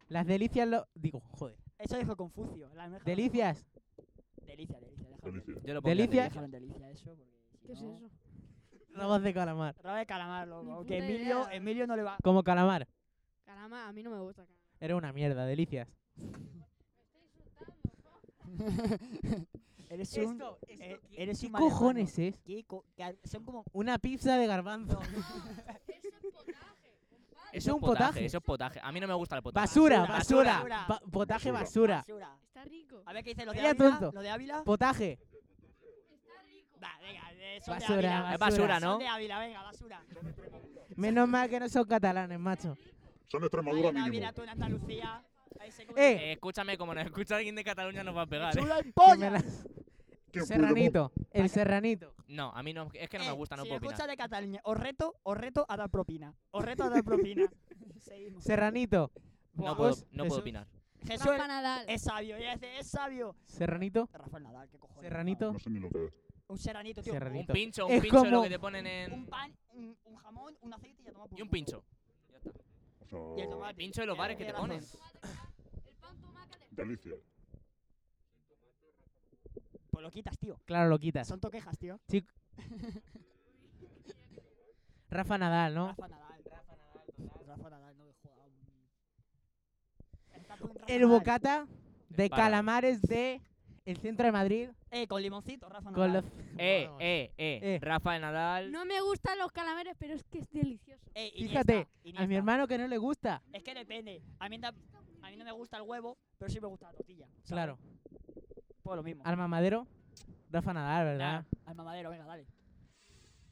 Speaker 3: Las delicias lo. Digo, joder.
Speaker 2: Eso dijo Confucio. La mejor-
Speaker 3: Delicias.
Speaker 2: Delicia, delicia. déjalo.
Speaker 4: Delicia.
Speaker 6: Yo lo pondría en
Speaker 3: Delicia.
Speaker 2: Déjalo en delicia eso. Porque si
Speaker 7: ¿Qué es
Speaker 2: no-
Speaker 7: eso?
Speaker 3: Rabas de calamar.
Speaker 2: Rabo de calamar,
Speaker 7: Ni
Speaker 2: loco. Que
Speaker 7: puta
Speaker 2: Emilio,
Speaker 7: idea.
Speaker 2: Emilio no le va.
Speaker 3: Como calamar.
Speaker 7: Caramba, a mí no me gusta. caramba.
Speaker 3: Era una mierda, delicias.
Speaker 2: Eres un. eh, eres
Speaker 3: ¿Qué
Speaker 2: un marejano.
Speaker 3: cojones es?
Speaker 2: ¿Qué co- que son como.
Speaker 3: Una pizza de garbanzo.
Speaker 6: Eso es
Speaker 3: un
Speaker 6: un potaje,
Speaker 3: potaje.
Speaker 6: Eso es potaje. A mí no me gusta el potaje.
Speaker 3: Basura,
Speaker 2: Basura,
Speaker 3: basura.
Speaker 2: basura.
Speaker 3: Ba- potaje, basura.
Speaker 4: Basura.
Speaker 2: basura.
Speaker 7: Está rico.
Speaker 2: A ver qué dice lo de
Speaker 3: Sería
Speaker 2: Ávila.
Speaker 3: tonto.
Speaker 2: Lo de Ávila.
Speaker 3: Potaje.
Speaker 2: Va, venga, eh, son
Speaker 3: Basura,
Speaker 2: de Ávila.
Speaker 6: Es basura,
Speaker 2: Son
Speaker 6: ¿no?
Speaker 2: de Ávila, venga, basura.
Speaker 3: Menos mal que no son catalanes, macho.
Speaker 4: Son
Speaker 2: Ahí
Speaker 4: de Extremadura
Speaker 2: en
Speaker 4: mínimo.
Speaker 2: Ávila, tú en Andalucía. Ahí se come-
Speaker 3: Eh,
Speaker 6: Eh, escúchame, como nos escucha alguien de Cataluña nos va a pegar. ¿eh?
Speaker 2: ¡Chulo el
Speaker 3: que me
Speaker 2: pollo!
Speaker 3: la-
Speaker 4: ¿Quién puede
Speaker 3: Serranito. El serranito.
Speaker 6: eh. No, a mí no, es que no me
Speaker 2: Eh,
Speaker 6: gusta, no
Speaker 2: si
Speaker 6: puedo
Speaker 2: me
Speaker 6: opinar.
Speaker 2: escuchas de Cataluña, os reto, os reto a dar propina. Os reto a dar propina. Seguimos.
Speaker 3: Serranito.
Speaker 6: No
Speaker 2: Buah,
Speaker 6: puedo,
Speaker 3: Vos,
Speaker 6: no puedo
Speaker 3: eso-
Speaker 6: opinar.
Speaker 2: Jesús
Speaker 7: Rafa Nadal.
Speaker 2: es sabio, ya dice, es sabio.
Speaker 3: Serranito.
Speaker 2: Rafael Nadal, qué cojones.
Speaker 3: Serranito.
Speaker 4: No sé ni lo que es.
Speaker 2: Un serranito, tío.
Speaker 3: Serranito.
Speaker 6: Un
Speaker 3: Bonito.
Speaker 6: pincho, un
Speaker 3: Es
Speaker 6: pincho es lo
Speaker 3: como-
Speaker 6: que te ponen
Speaker 2: Un
Speaker 6: en.
Speaker 2: pan, un, un jamón, un aceite y ya toma por
Speaker 6: Y un
Speaker 2: culo.
Speaker 6: pincho.
Speaker 4: O
Speaker 2: Y el
Speaker 4: sea,
Speaker 2: tomate.
Speaker 6: Pincho de los bares que te
Speaker 2: Tienes razón.
Speaker 6: ponen.
Speaker 4: delicia.
Speaker 2: Pues lo quitas, tío.
Speaker 3: Claro, lo quitas.
Speaker 2: Son toquejas, tío.
Speaker 3: Rafa Nadal, ¿no?
Speaker 2: Rafa Nadal. Rafa Nadal. Rafa Nadal, no me jodas. Está con Rafa
Speaker 3: El
Speaker 2: Nadal.
Speaker 3: bocata de
Speaker 6: Para.
Speaker 3: calamares de el centro de Madrid
Speaker 2: Eh, con limoncito, Rafa
Speaker 3: con los
Speaker 2: Nadal.
Speaker 6: Eh,
Speaker 3: Vamos.
Speaker 6: eh, eh.
Speaker 3: Eh.
Speaker 6: Rafa Nadal.
Speaker 7: No me gustan los calamares, pero es que es delicioso.
Speaker 2: Eh,
Speaker 3: Fíjate,
Speaker 2: Iniesta,
Speaker 3: a mi
Speaker 2: Iniesta.
Speaker 3: hermano que no le gusta.
Speaker 2: Es que depende. A mí, da- a mí no me gusta el huevo, pero sí me gusta la tortilla. ¿sabes?
Speaker 3: Claro.
Speaker 2: Pues lo mismo.
Speaker 3: Al mamadero, Rafa Nadal,
Speaker 6: Ah,
Speaker 3: ¿verdad?
Speaker 2: Nah, al mamadero, venga, dale.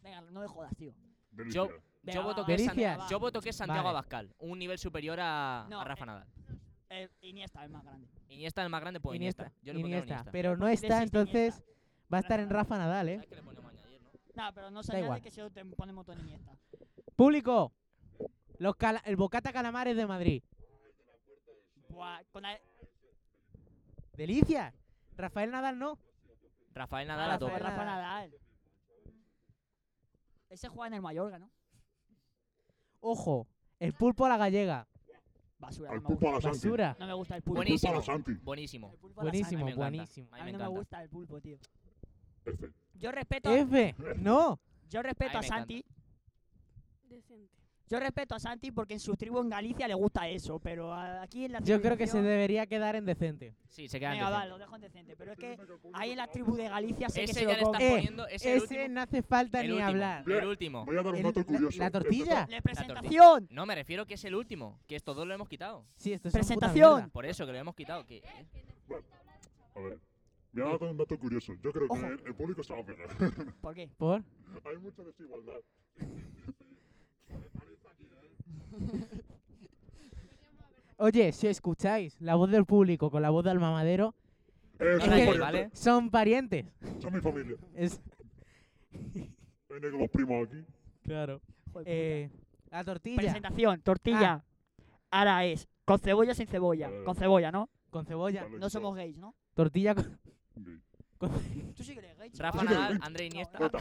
Speaker 2: Venga, no me jodas, tío.
Speaker 4: Delicia.
Speaker 6: Yo-
Speaker 2: Venga,
Speaker 6: Yo
Speaker 2: va,
Speaker 6: voto,
Speaker 2: va,
Speaker 6: que es
Speaker 2: va,
Speaker 6: San-
Speaker 3: Delicias.
Speaker 2: va,
Speaker 6: yo
Speaker 2: va.
Speaker 6: voto que es Santiago
Speaker 3: Vale.
Speaker 6: Abascal, un nivel superior a, a
Speaker 2: No,
Speaker 6: Rafa
Speaker 2: eh,
Speaker 6: Nadal.
Speaker 2: Eh, Iniesta, el más grande.
Speaker 6: Iniesta el más grande, pues Iniesta. Yo le pondría a Iniesta.
Speaker 3: Pero no
Speaker 2: qué
Speaker 3: está,
Speaker 2: decís de
Speaker 3: entonces va a
Speaker 2: Rafa
Speaker 3: estar en
Speaker 2: Nadal.
Speaker 3: Rafa Nadal, ¿eh?
Speaker 6: ¿Sabes qué le ponemos a añadir, no?
Speaker 2: Nah, pero no se
Speaker 3: Da
Speaker 2: añade
Speaker 3: igual.
Speaker 2: que si no te pone moto en Iniesta.
Speaker 3: Público. Los cala- el bocata calamares de Madrid.
Speaker 2: Buah, con la-
Speaker 3: Delicia. Rafael Nadal no.
Speaker 6: Rafael Nadal a
Speaker 3: Rafael
Speaker 6: tope.
Speaker 2: Rafa, Rafa
Speaker 3: Nadal.
Speaker 2: Nadal. Ese juega en el Mallorca, ¿no?
Speaker 3: Ojo, el pulpo a la gallega.
Speaker 2: Basura.
Speaker 4: Al
Speaker 2: no, me
Speaker 4: pulpo
Speaker 2: gusta.
Speaker 4: a la Santi.
Speaker 3: Basura.
Speaker 2: no me gusta el pulpo.
Speaker 4: Al pulpo a
Speaker 6: Buenísimo.
Speaker 4: la Santi.
Speaker 6: Buenísimo.
Speaker 2: El pulpo a la
Speaker 3: Buenísimo,
Speaker 6: me encanta.
Speaker 3: buenísimo.
Speaker 6: A
Speaker 2: sangre. A mí
Speaker 6: mí me
Speaker 2: no me
Speaker 6: encanta.
Speaker 2: gusta el pulpo, tío.
Speaker 4: F.
Speaker 3: Eh,
Speaker 2: Yo respeto, a,
Speaker 3: F. No.
Speaker 2: yo respeto
Speaker 6: A
Speaker 2: a,
Speaker 6: mí me
Speaker 2: Santi.
Speaker 7: Decente.
Speaker 2: Yo respeto a Santi porque en su tribu en Galicia le gusta eso, pero a- aquí en la
Speaker 3: Yo creo que se
Speaker 2: civilización-
Speaker 3: debería quedar en decente.
Speaker 6: Sí, se quedan
Speaker 2: Venga, va,
Speaker 6: decentes.
Speaker 2: lo dejo en decente, pero es que ahí en la tribu de Galicia sé que
Speaker 6: Ese
Speaker 2: se
Speaker 6: ya
Speaker 2: lo
Speaker 6: le están
Speaker 2: come.
Speaker 3: Eh,
Speaker 6: poniendo. Ese, el
Speaker 3: Ese
Speaker 6: último.
Speaker 3: no hace falta
Speaker 6: el
Speaker 3: ni
Speaker 6: último,
Speaker 3: hablar.
Speaker 6: El último.
Speaker 4: Voy a dar un
Speaker 3: El-
Speaker 4: dato
Speaker 3: la-
Speaker 4: curioso.
Speaker 3: la tortilla.
Speaker 2: ¡Le
Speaker 6: tortilla.
Speaker 2: presentación!
Speaker 6: No, me refiero que es el último. Que es todo lo hemos quitado.
Speaker 3: Sí, esto es una puta
Speaker 2: Presentación.
Speaker 3: mierda.
Speaker 6: Por eso que lo hemos quitado. Que,
Speaker 4: A ver. Voy a dar un dato curioso. Yo creo que
Speaker 2: Ojo.
Speaker 4: el, el público se va a pegar.
Speaker 2: ¿Por qué?
Speaker 3: Por.
Speaker 4: Hay mucha desigualdad.
Speaker 3: Oye, si escucháis la voz del público con la voz del mamadero,
Speaker 4: Eh,
Speaker 3: que-
Speaker 4: son,
Speaker 6: no la
Speaker 4: mis
Speaker 6: lleves,
Speaker 4: parientes,
Speaker 6: ¿vale?
Speaker 3: son parientes.
Speaker 4: son mi familia.
Speaker 3: Es
Speaker 4: Hay negros primos aquí.
Speaker 3: claro.
Speaker 2: Joder, puta.
Speaker 3: Eh, la tortilla
Speaker 2: Presentación, tortilla. Ah. Ahora es con cebolla o sin cebolla.
Speaker 4: Eh.
Speaker 2: Con cebolla, ¿no?
Speaker 3: con cebolla,
Speaker 6: Pues
Speaker 2: No somos gays, ¿no?
Speaker 3: tortilla con,
Speaker 4: gays.
Speaker 3: con-
Speaker 2: Tú sí que eres gay.
Speaker 6: Rafa
Speaker 4: Sí,
Speaker 2: chaval.
Speaker 6: Nadal,
Speaker 4: sí.
Speaker 6: André Iniesta.
Speaker 4: Rata,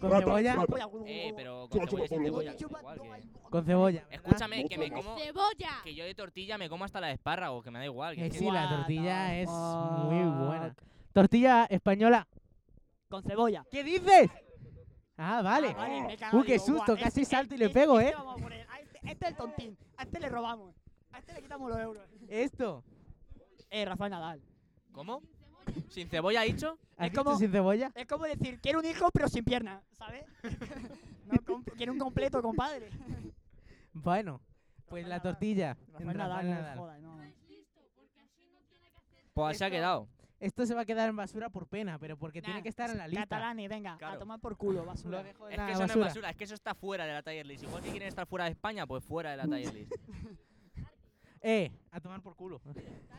Speaker 3: con
Speaker 4: rata,
Speaker 3: cebolla,
Speaker 4: rata.
Speaker 2: Cebolla, glu, glu,
Speaker 6: Eh,
Speaker 2: glu.
Speaker 6: pero con
Speaker 4: Chupa,
Speaker 6: cebolla y sin
Speaker 4: chupa,
Speaker 6: cebolla.
Speaker 2: Oye,
Speaker 6: es
Speaker 2: chupa,
Speaker 6: igual
Speaker 2: no,
Speaker 6: que-
Speaker 2: hay-
Speaker 3: con cebolla. ¿verdad?
Speaker 6: Escúchame, que me
Speaker 4: Ojo.
Speaker 6: como.
Speaker 7: ¡Cebolla!
Speaker 6: Que yo de tortilla me como hasta la espárrago, que me da igual. que
Speaker 3: Que
Speaker 6: es que-
Speaker 3: Eh, sí, la
Speaker 2: What
Speaker 3: tortilla
Speaker 2: the
Speaker 3: es muy buena.
Speaker 2: fuck.
Speaker 3: Tortilla española.
Speaker 2: Con cebolla.
Speaker 3: ¿Qué dices? Ah, vale.
Speaker 2: Ah, vale, me he cagado,
Speaker 3: Uy, qué
Speaker 2: digo, guau,
Speaker 3: susto, casi
Speaker 2: este-
Speaker 3: salto y le
Speaker 2: este-
Speaker 3: pego,
Speaker 2: este
Speaker 3: ¿eh?
Speaker 2: vamos a poner, a este, este es el tontín. A este le robamos. A este le quitamos los euros.
Speaker 3: Esto.
Speaker 2: Eh, Rafa Nadal.
Speaker 6: ¿Cómo? ¿Sin cebolla ha dicho?
Speaker 3: ¿Has
Speaker 2: Es
Speaker 3: visto
Speaker 2: como-
Speaker 3: sin cebolla?
Speaker 2: Es como decir, quiero un hijo pero sin pierna, ¿sabes? No, comp- quiero un completo, compadre.
Speaker 3: Bueno, pues
Speaker 2: Rafael
Speaker 3: la
Speaker 2: Nadal.
Speaker 3: tortilla. en
Speaker 2: Rafael Nadal,
Speaker 3: Rafael
Speaker 2: no me
Speaker 3: Nadal.
Speaker 2: jodas, no.
Speaker 6: Pues así ha
Speaker 3: Esto-
Speaker 6: quedado.
Speaker 3: Esto se va a quedar en basura por pena, pero porque tiene
Speaker 2: Nah,
Speaker 3: que estar en la lista.
Speaker 2: Catalanes, venga,
Speaker 6: Claro.
Speaker 2: a tomar por culo, pues basura.
Speaker 3: Lo dejo en
Speaker 6: Es
Speaker 3: la
Speaker 6: que eso no
Speaker 3: basura.
Speaker 6: es basura, es que eso está fuera de la tier list. Igual que quieren estar fuera de España, pues fuera de la tier list.
Speaker 3: Eh, a tomar por culo.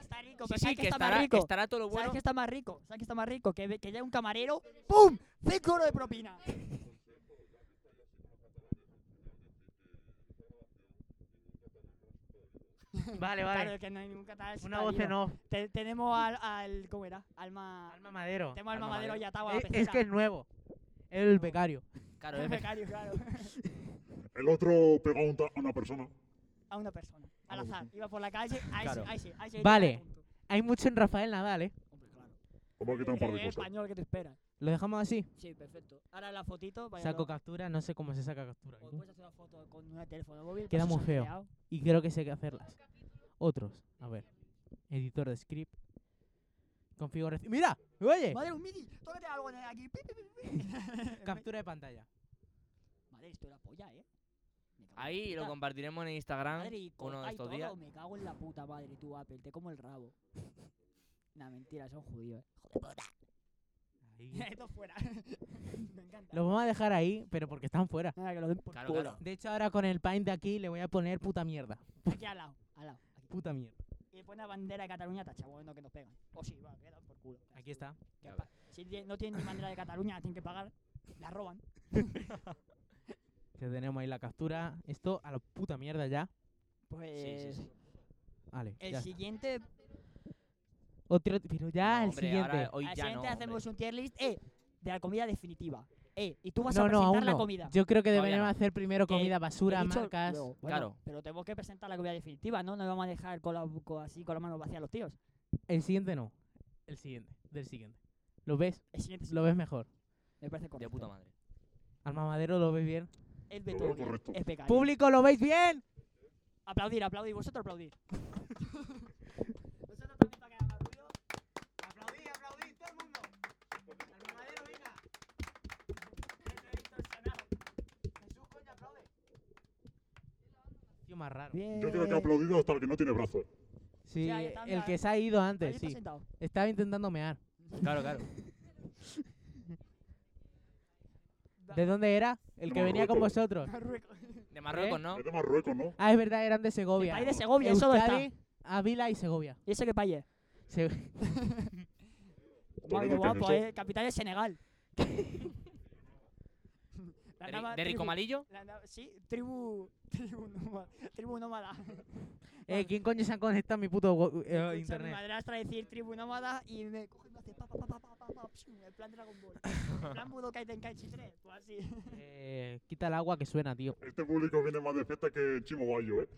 Speaker 2: Está rico,
Speaker 6: Sí,
Speaker 2: pero
Speaker 6: sí,
Speaker 2: ¿sabes
Speaker 6: que
Speaker 2: que está más
Speaker 6: estará,
Speaker 2: rico?
Speaker 6: estará todo lo
Speaker 2: ¿Sabes
Speaker 6: bueno.
Speaker 2: que está más rico? ¿Sabes que está más rico? Que, ve- que ya un camarero, ¡pum! ¡Cinco euros de propina!
Speaker 5: Vale, vale.
Speaker 2: Claro, que no hay ningún catalán.
Speaker 5: Una voz en off.
Speaker 2: Te- tenemos al, al. ¿Cómo era? Alma.
Speaker 5: Alma Madero.
Speaker 2: Tenemos al
Speaker 6: Alma
Speaker 2: mamadero
Speaker 6: Madero.
Speaker 2: y
Speaker 3: Eh,
Speaker 2: atado a la
Speaker 5: Es, es
Speaker 2: pecera.
Speaker 5: que es nuevo. El becario.
Speaker 6: Claro,
Speaker 2: El
Speaker 6: es verdad.
Speaker 2: becario, claro.
Speaker 4: El otro pegó a, un ta- a una persona.
Speaker 2: A una persona. Al
Speaker 4: Algo
Speaker 2: azar. Iba por la calle. Ahí
Speaker 6: Claro.
Speaker 2: sí, ahí sí. Ahí sí
Speaker 3: Vale.
Speaker 2: punto.
Speaker 3: Hay mucho en Rafael Nadal, ¿eh?
Speaker 2: Hombre, claro.
Speaker 4: Vamos a quitar un par de
Speaker 2: El
Speaker 4: cosas.
Speaker 2: español que te espera.
Speaker 3: Lo dejamos así.
Speaker 2: Sí, perfecto. Ahora la fotito. vaya
Speaker 3: Saco
Speaker 2: Pues lo- Pues,
Speaker 3: captura, no sé cómo se saca captura.
Speaker 2: O puedes hacer una foto con un teléfono móvil.
Speaker 3: Queda
Speaker 2: pues
Speaker 3: muy
Speaker 2: eso,
Speaker 3: feo.
Speaker 2: creado.
Speaker 3: Y creo que sé qué hacerlas. Otros. A ver. Editor de script. Configuración. ¡Mira! ¡Oye!
Speaker 2: Madre, un mini. Tócate algo de aquí. pi, pi, pi, pi.
Speaker 3: Captura de pantalla.
Speaker 2: Madre, esto era polla, ¿eh? Me cago en la
Speaker 6: Ahí lo
Speaker 2: puta.
Speaker 6: compartiremos en Instagram
Speaker 2: Madre, y
Speaker 6: uno
Speaker 2: corta
Speaker 6: de
Speaker 2: y
Speaker 6: estos
Speaker 2: todo,
Speaker 6: días.
Speaker 2: Me cago en la puta madre, tú, Apple. Te como el rabo. nah, mentira, son judíos. eh. Hijo de puta. Esto fuera. me encanta.
Speaker 3: Lo vamos a dejar ahí, pero porque están fuera.
Speaker 2: Nada, que lo den por
Speaker 6: Claro,
Speaker 2: culo.
Speaker 6: claro.
Speaker 3: De hecho, ahora con el paint de aquí le voy a poner puta mierda.
Speaker 2: Aquí al lado, al lado. aquí.
Speaker 3: Puta mierda.
Speaker 2: Y le pone la bandera de Cataluña tacha, bueno, que nos pegan. O sí, va, que dan por culo.
Speaker 3: Aquí está.
Speaker 2: Que pa- Si tie- no tienen ni bandera de Cataluña, la tienen que pagar. La roban.
Speaker 3: Que tenemos ahí la captura. Esto a la puta mierda ya.
Speaker 2: Pues.
Speaker 6: sí, sí.
Speaker 3: Vale.
Speaker 2: El
Speaker 3: ya está.
Speaker 2: siguiente.
Speaker 3: Otro, pero ya,
Speaker 6: No,
Speaker 3: el
Speaker 6: hombre,
Speaker 3: siguiente.
Speaker 6: ahora eh, hoy
Speaker 2: al
Speaker 6: ya
Speaker 2: Ah, siguiente
Speaker 6: no. hombre.
Speaker 2: hacemos un tier list. Eh, de la comida definitiva. Eh, y tú vas a
Speaker 3: No, no,
Speaker 2: presentar
Speaker 3: aún
Speaker 2: la
Speaker 3: no.
Speaker 2: comida.
Speaker 3: Yo creo que
Speaker 6: Todavía
Speaker 3: deberíamos
Speaker 6: no.
Speaker 3: hacer primero
Speaker 2: Que
Speaker 3: comida basura,
Speaker 2: He dicho
Speaker 3: marcas.
Speaker 2: luego,
Speaker 6: Claro.
Speaker 2: Pero tenemos que presentar la comida definitiva, ¿no? No vamos a dejar con la, con- así con las manos vacías los tíos.
Speaker 3: El siguiente no. El siguiente. Del siguiente. ¿Lo ves?
Speaker 2: El siguiente sí,
Speaker 3: Lo ves mejor.
Speaker 2: me parece
Speaker 6: De
Speaker 2: correcto.
Speaker 6: puta madre.
Speaker 3: Al mamadero lo ves bien.
Speaker 2: Es de
Speaker 4: Lo
Speaker 2: todo
Speaker 4: veo
Speaker 2: bien,
Speaker 4: correcto.
Speaker 2: Es becario.
Speaker 3: ¡Público, lo veis bien!
Speaker 2: Aplaudir, aplaudir. Vosotros aplaudir. Vosotros aplaudid para que haga más ruido. Aplaudid, aplaudid, todo el mundo. Al mamadero, venga. Que te he distorsionado. Jesús, coño, aplaude.
Speaker 3: Tío más raro.
Speaker 2: Bien.
Speaker 4: Yo creo que ha aplaudido hasta el que no tiene brazos.
Speaker 3: Sí,
Speaker 2: Ya, ya está,
Speaker 3: el
Speaker 2: anda.
Speaker 3: que se ha ido
Speaker 2: Ahí
Speaker 3: antes,
Speaker 2: está
Speaker 3: sí.
Speaker 2: sentado.
Speaker 3: Estaba intentando mear.
Speaker 6: Claro, claro.
Speaker 3: ¿De dónde era? El
Speaker 4: De
Speaker 3: que venía con
Speaker 4: Marruecos.
Speaker 3: vosotros.
Speaker 2: Marruecos.
Speaker 6: De Marruecos,
Speaker 2: ¿Eh?
Speaker 6: ¿no?
Speaker 4: Es de Marruecos, ¿no?
Speaker 3: Ah, es verdad, eran de Segovia.
Speaker 2: País de Segovia, eso dónde está.
Speaker 3: Euskadi, Ávila y Segovia.
Speaker 2: ¿Y ese qué país es?
Speaker 3: Se- eh,
Speaker 4: Toledo,
Speaker 2: Madre, qué
Speaker 4: que
Speaker 2: guapo,
Speaker 4: me so-
Speaker 2: eh. Capital es Senegal. La
Speaker 6: De,
Speaker 2: nava
Speaker 6: Ri- de
Speaker 2: tribu-
Speaker 6: Ricomalillo.
Speaker 2: la nava- Sí, tribu. Tribu nómada. Tribu nómada.
Speaker 3: Eh, ¿quién coño se ha conectado a mi puto wo- eh,
Speaker 2: Escucha a Mi
Speaker 3: internet?
Speaker 2: madrastra decir tribu nómada y me coge y me hace pa pa pa pa pa pa pa psiu, en plan Dragon Ball. En plan Budokai Tenkaichi 3, pues así.
Speaker 3: Eh, quita el agua que suena, tío.
Speaker 4: Este público viene más de fiesta que Chimo Bayo, ¿eh?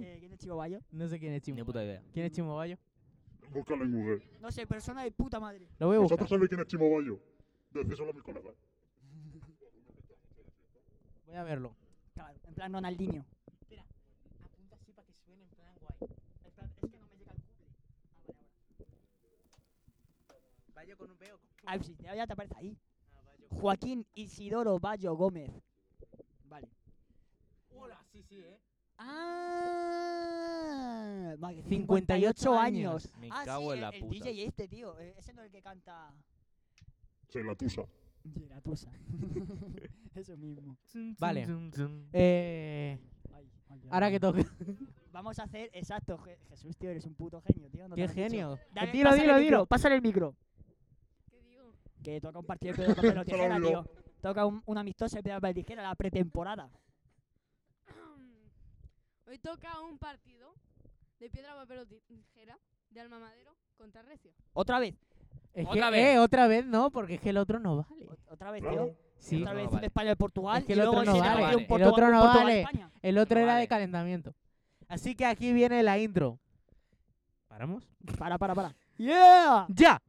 Speaker 2: Eh, ¿Quién es Chico Bayo?
Speaker 3: No sé quién es
Speaker 6: Ni
Speaker 3: Chimo.
Speaker 6: puta idea.
Speaker 3: ¿Quién es Chimo Bayo?
Speaker 4: Búscalo en Google.
Speaker 2: No sé, persona de puta madre.
Speaker 3: Lo voy a buscar.
Speaker 4: ¿Vosotros sabéis quién es Chimo Bayo? Decíselo a mis colegas.
Speaker 3: Voy a verlo.
Speaker 2: Claro, en plan Ronaldinho.
Speaker 3: Apunta así para que suene en plan guay.
Speaker 2: En plan, es que no me llega el cubre. Ah, vale, ahora.
Speaker 3: Bayo con un Ah, peo.
Speaker 2: Ah, sí, ya ya te aparece ahí. Joaquín Isidoro Bayo Gómez. Vale.
Speaker 3: Hola, sí, sí, eh.
Speaker 2: Ah, madre,
Speaker 3: 58 años.
Speaker 6: Me
Speaker 2: Ah,
Speaker 6: cago
Speaker 2: sí,
Speaker 6: en la
Speaker 2: el, el
Speaker 6: puta.
Speaker 2: DJ este, tío. eh, Ese no es el que canta
Speaker 4: Se la tusa.
Speaker 2: Geratusa. Eso mismo.
Speaker 3: Vale. Eh, ahora que toca.
Speaker 2: Vamos a hacer, exacto, Je- Jesús, tío, eres un puto genio, tío. no te
Speaker 3: ¡Qué
Speaker 2: lo he dicho.
Speaker 3: genio!
Speaker 2: Dale,
Speaker 3: dilo,
Speaker 2: pásale
Speaker 3: dilo,
Speaker 2: el micro,
Speaker 3: dilo.
Speaker 2: Pásale el micro.
Speaker 7: ¿Qué digo?
Speaker 2: Que toca un partido de piedra, papel o
Speaker 4: Se lo
Speaker 2: tijera,
Speaker 4: olvidó.
Speaker 2: tío. Toca un, un amistoso de piedra, papel tijera, la pretemporada.
Speaker 7: Mm. Hoy toca un partido de piedra, papel o tijera de Alma Madero contra Recio.
Speaker 2: Otra vez,
Speaker 3: Es
Speaker 6: Otra
Speaker 3: que,
Speaker 6: vez.
Speaker 3: eh, otra vez no, porque es que el otro no vale.
Speaker 2: ot- otra vez, tío.
Speaker 4: Claro.
Speaker 3: Sí,
Speaker 2: Otra
Speaker 6: No, no
Speaker 2: vez un
Speaker 6: vale.
Speaker 2: España-Portugal.
Speaker 3: Es que el
Speaker 2: y luego
Speaker 3: otro no
Speaker 2: ese
Speaker 6: vale.
Speaker 2: partido, un
Speaker 6: El
Speaker 2: Portugal-
Speaker 3: otro no
Speaker 2: un
Speaker 3: vale.
Speaker 2: Portugal-España.
Speaker 3: el otro
Speaker 6: no
Speaker 3: era de
Speaker 6: vale.
Speaker 3: calentamiento. Así que aquí viene la intro. ¿Paramos?
Speaker 2: Para, para, para. ¡Yeah!
Speaker 3: ¡Ya!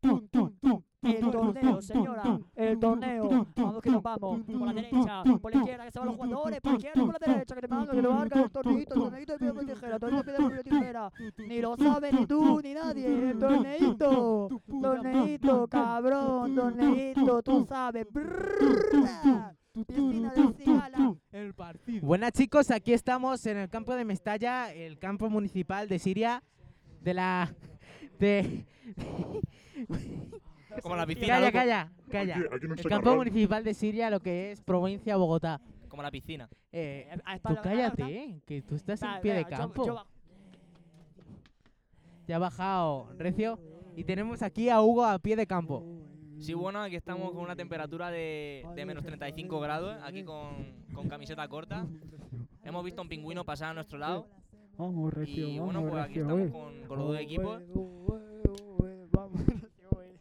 Speaker 2: tum, tum, tum, El torneo, señora, el torneo. Vamos que nos vamos. Por la derecha, por la izquierda, que se van los jugadores. Por la izquierda, por la derecha, que te mando, que te marca el torneito, el torneito de piedra, papel, tijera, torneo de piedra, papel, tijera. Ni lo sabes ni tú ni nadie. El torneito, torneito, cabrón, torneito, tú sabes. Brrrra. Piscina de cigala.
Speaker 3: El partido. Buenas chicos, aquí estamos en el campo de Mestalla, el campo municipal de Siria, de la... De...
Speaker 6: Como la piscina.
Speaker 3: Calla,
Speaker 6: loco.
Speaker 3: calla, calla.
Speaker 4: Aquí, aquí no
Speaker 3: El
Speaker 4: se
Speaker 3: campo
Speaker 4: cargan.
Speaker 3: municipal de Siria, lo que es provincia de Bogotá.
Speaker 6: Como la piscina.
Speaker 3: Eh,
Speaker 2: Ah, es
Speaker 3: tú
Speaker 2: para-
Speaker 3: cállate, eh, que tú estás
Speaker 2: Espera,
Speaker 3: en pie de
Speaker 2: espera, yo-
Speaker 3: campo.
Speaker 2: yo bajo.
Speaker 3: Ya ha bajado Recio y tenemos aquí a Hugo a pie de campo.
Speaker 6: Sí,
Speaker 2: Mm.
Speaker 6: bueno, aquí estamos con una temperatura de, de menos 35 grados, aquí con, con camiseta corta. Hemos visto a un pingüino pasar a nuestro lado.
Speaker 1: Vamos, Recio,
Speaker 6: Y
Speaker 1: vamos,
Speaker 6: bueno, pues aquí
Speaker 1: Recio,
Speaker 6: estamos
Speaker 1: eh.
Speaker 6: con, con los dos
Speaker 1: Ole,
Speaker 6: equipos,
Speaker 1: ole, ole, vamos, Recio, eh.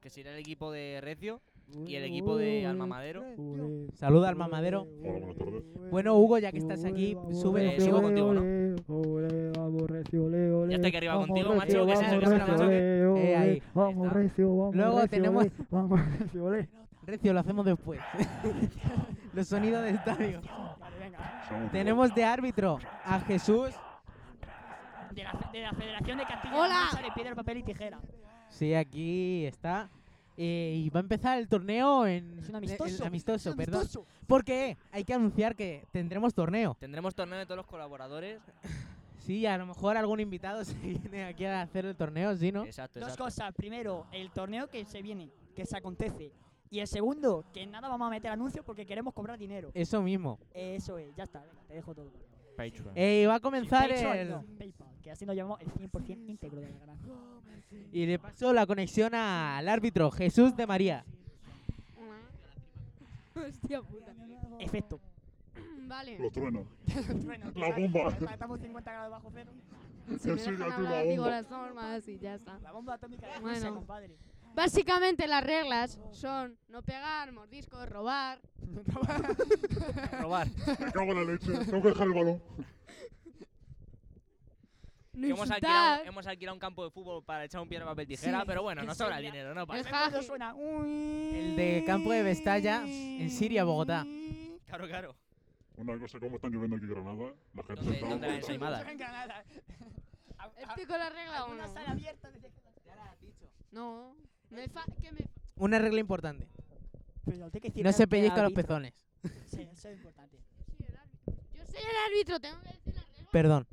Speaker 6: que sería el equipo de Recio y el equipo de Alma Madero.
Speaker 1: Ole,
Speaker 3: Saluda al
Speaker 1: ole,
Speaker 3: mamadero.
Speaker 4: Hola, buenas tardes.
Speaker 3: Bueno, Hugo, ya que estás
Speaker 1: ole,
Speaker 3: aquí,
Speaker 1: vamos,
Speaker 3: sube-
Speaker 2: Eh,
Speaker 1: Recio,
Speaker 6: Eh, sigo
Speaker 1: ole,
Speaker 6: contigo, ¿no?
Speaker 1: ole, ole, vamos, Recio, ole, ole.
Speaker 6: Ya estoy aquí arriba
Speaker 1: Vamos,
Speaker 6: contigo,
Speaker 1: Recio,
Speaker 6: macho, que es eso,
Speaker 1: vamos,
Speaker 6: que es la
Speaker 1: Recio,
Speaker 6: macho, que-
Speaker 1: ole,
Speaker 3: Eh,
Speaker 1: ole,
Speaker 3: ahí,
Speaker 1: Vamos,
Speaker 6: está.
Speaker 1: Recio, vamos,
Speaker 3: Luego
Speaker 1: Recio,
Speaker 3: tenemos-
Speaker 1: ole, Vamos, Recio, eh. ole.
Speaker 3: Recio, lo hacemos después. Los sonidos de estadio.
Speaker 2: Vale, venga.
Speaker 4: Somos-
Speaker 3: Tenemos de árbitro a Jesús.
Speaker 2: De la, fe- de la Federación de Castilla
Speaker 7: Hola.
Speaker 2: Mancha de Piedra, Papel y Tijera.
Speaker 3: Sí, aquí está. Eh, y va a empezar el torneo en.
Speaker 2: Es
Speaker 3: en-
Speaker 2: un amistoso.
Speaker 3: en- amistoso,
Speaker 2: Es un
Speaker 3: perdón.
Speaker 2: amistoso.
Speaker 3: Porque hay que anunciar que tendremos torneo.
Speaker 6: Tendremos torneo de todos los colaboradores.
Speaker 3: Sí, a lo mejor algún invitado se viene aquí a hacer el torneo, ¿sí, no?
Speaker 6: Exacto,
Speaker 2: Dos
Speaker 6: exacto.
Speaker 2: cosas. Primero, el torneo que se viene, que se acontece. Y el segundo, que en nada vamos a meter anuncios porque queremos cobrar dinero.
Speaker 3: Eso mismo.
Speaker 2: Eso es, ya está, venga, te dejo todo.
Speaker 6: Patreon.
Speaker 3: Eh, y va a comenzar
Speaker 2: Patreon,
Speaker 3: el.
Speaker 2: no, PayPal, que así nos llamamos el 100% íntegro de la granja.
Speaker 3: Y le paso la conexión al árbitro, Jesús de María.
Speaker 7: Hostia puta.
Speaker 2: Efecto.
Speaker 7: Vale.
Speaker 4: Los truenos.
Speaker 2: Bueno,
Speaker 4: La bomba.
Speaker 2: Estamos 50 grados bajo cero.
Speaker 7: Si me
Speaker 4: Sí,
Speaker 7: dejan
Speaker 4: la tuya,
Speaker 7: hablar, digo
Speaker 4: bomba.
Speaker 7: las normas y ya está.
Speaker 2: La bomba atómica de
Speaker 7: Bueno.
Speaker 2: Rusia, compadre.
Speaker 7: Básicamente las reglas son no pegar, mordisco, robar.
Speaker 6: Robar.
Speaker 4: Me cago en la leche. Tengo que dejar el balón.
Speaker 7: No
Speaker 6: Que hemos, alquilado,
Speaker 7: insultar.
Speaker 6: hemos alquilado un campo de fútbol para echar un piedra, papel, tijera,
Speaker 2: Sí,
Speaker 6: pero bueno, no
Speaker 2: en
Speaker 6: sobra el
Speaker 2: Siria.
Speaker 6: dinero, no
Speaker 2: El
Speaker 6: pasa.
Speaker 2: cuando suena. El
Speaker 3: El de Campo de Vestalla, en Siria, Bogotá.
Speaker 6: Claro, claro.
Speaker 4: Una cosa, como están lloviendo aquí en Granada, la gente
Speaker 6: ¿Dónde-
Speaker 4: está...
Speaker 6: dónde la enseñó? Ensaimada.
Speaker 7: ¿Estoy con la regla o
Speaker 2: Una
Speaker 7: no?
Speaker 2: sala abierta desde que
Speaker 7: No. Me fa- que me
Speaker 3: Una regla importante.
Speaker 2: Pero tengo que decir
Speaker 3: No se
Speaker 2: algo de
Speaker 3: pellizca los
Speaker 2: árbitro.
Speaker 3: pezones.
Speaker 2: Sí, eso es importante.
Speaker 7: Yo soy el árbitro. Yo soy el árbitro, tengo que decir las reglas.
Speaker 3: Perdón.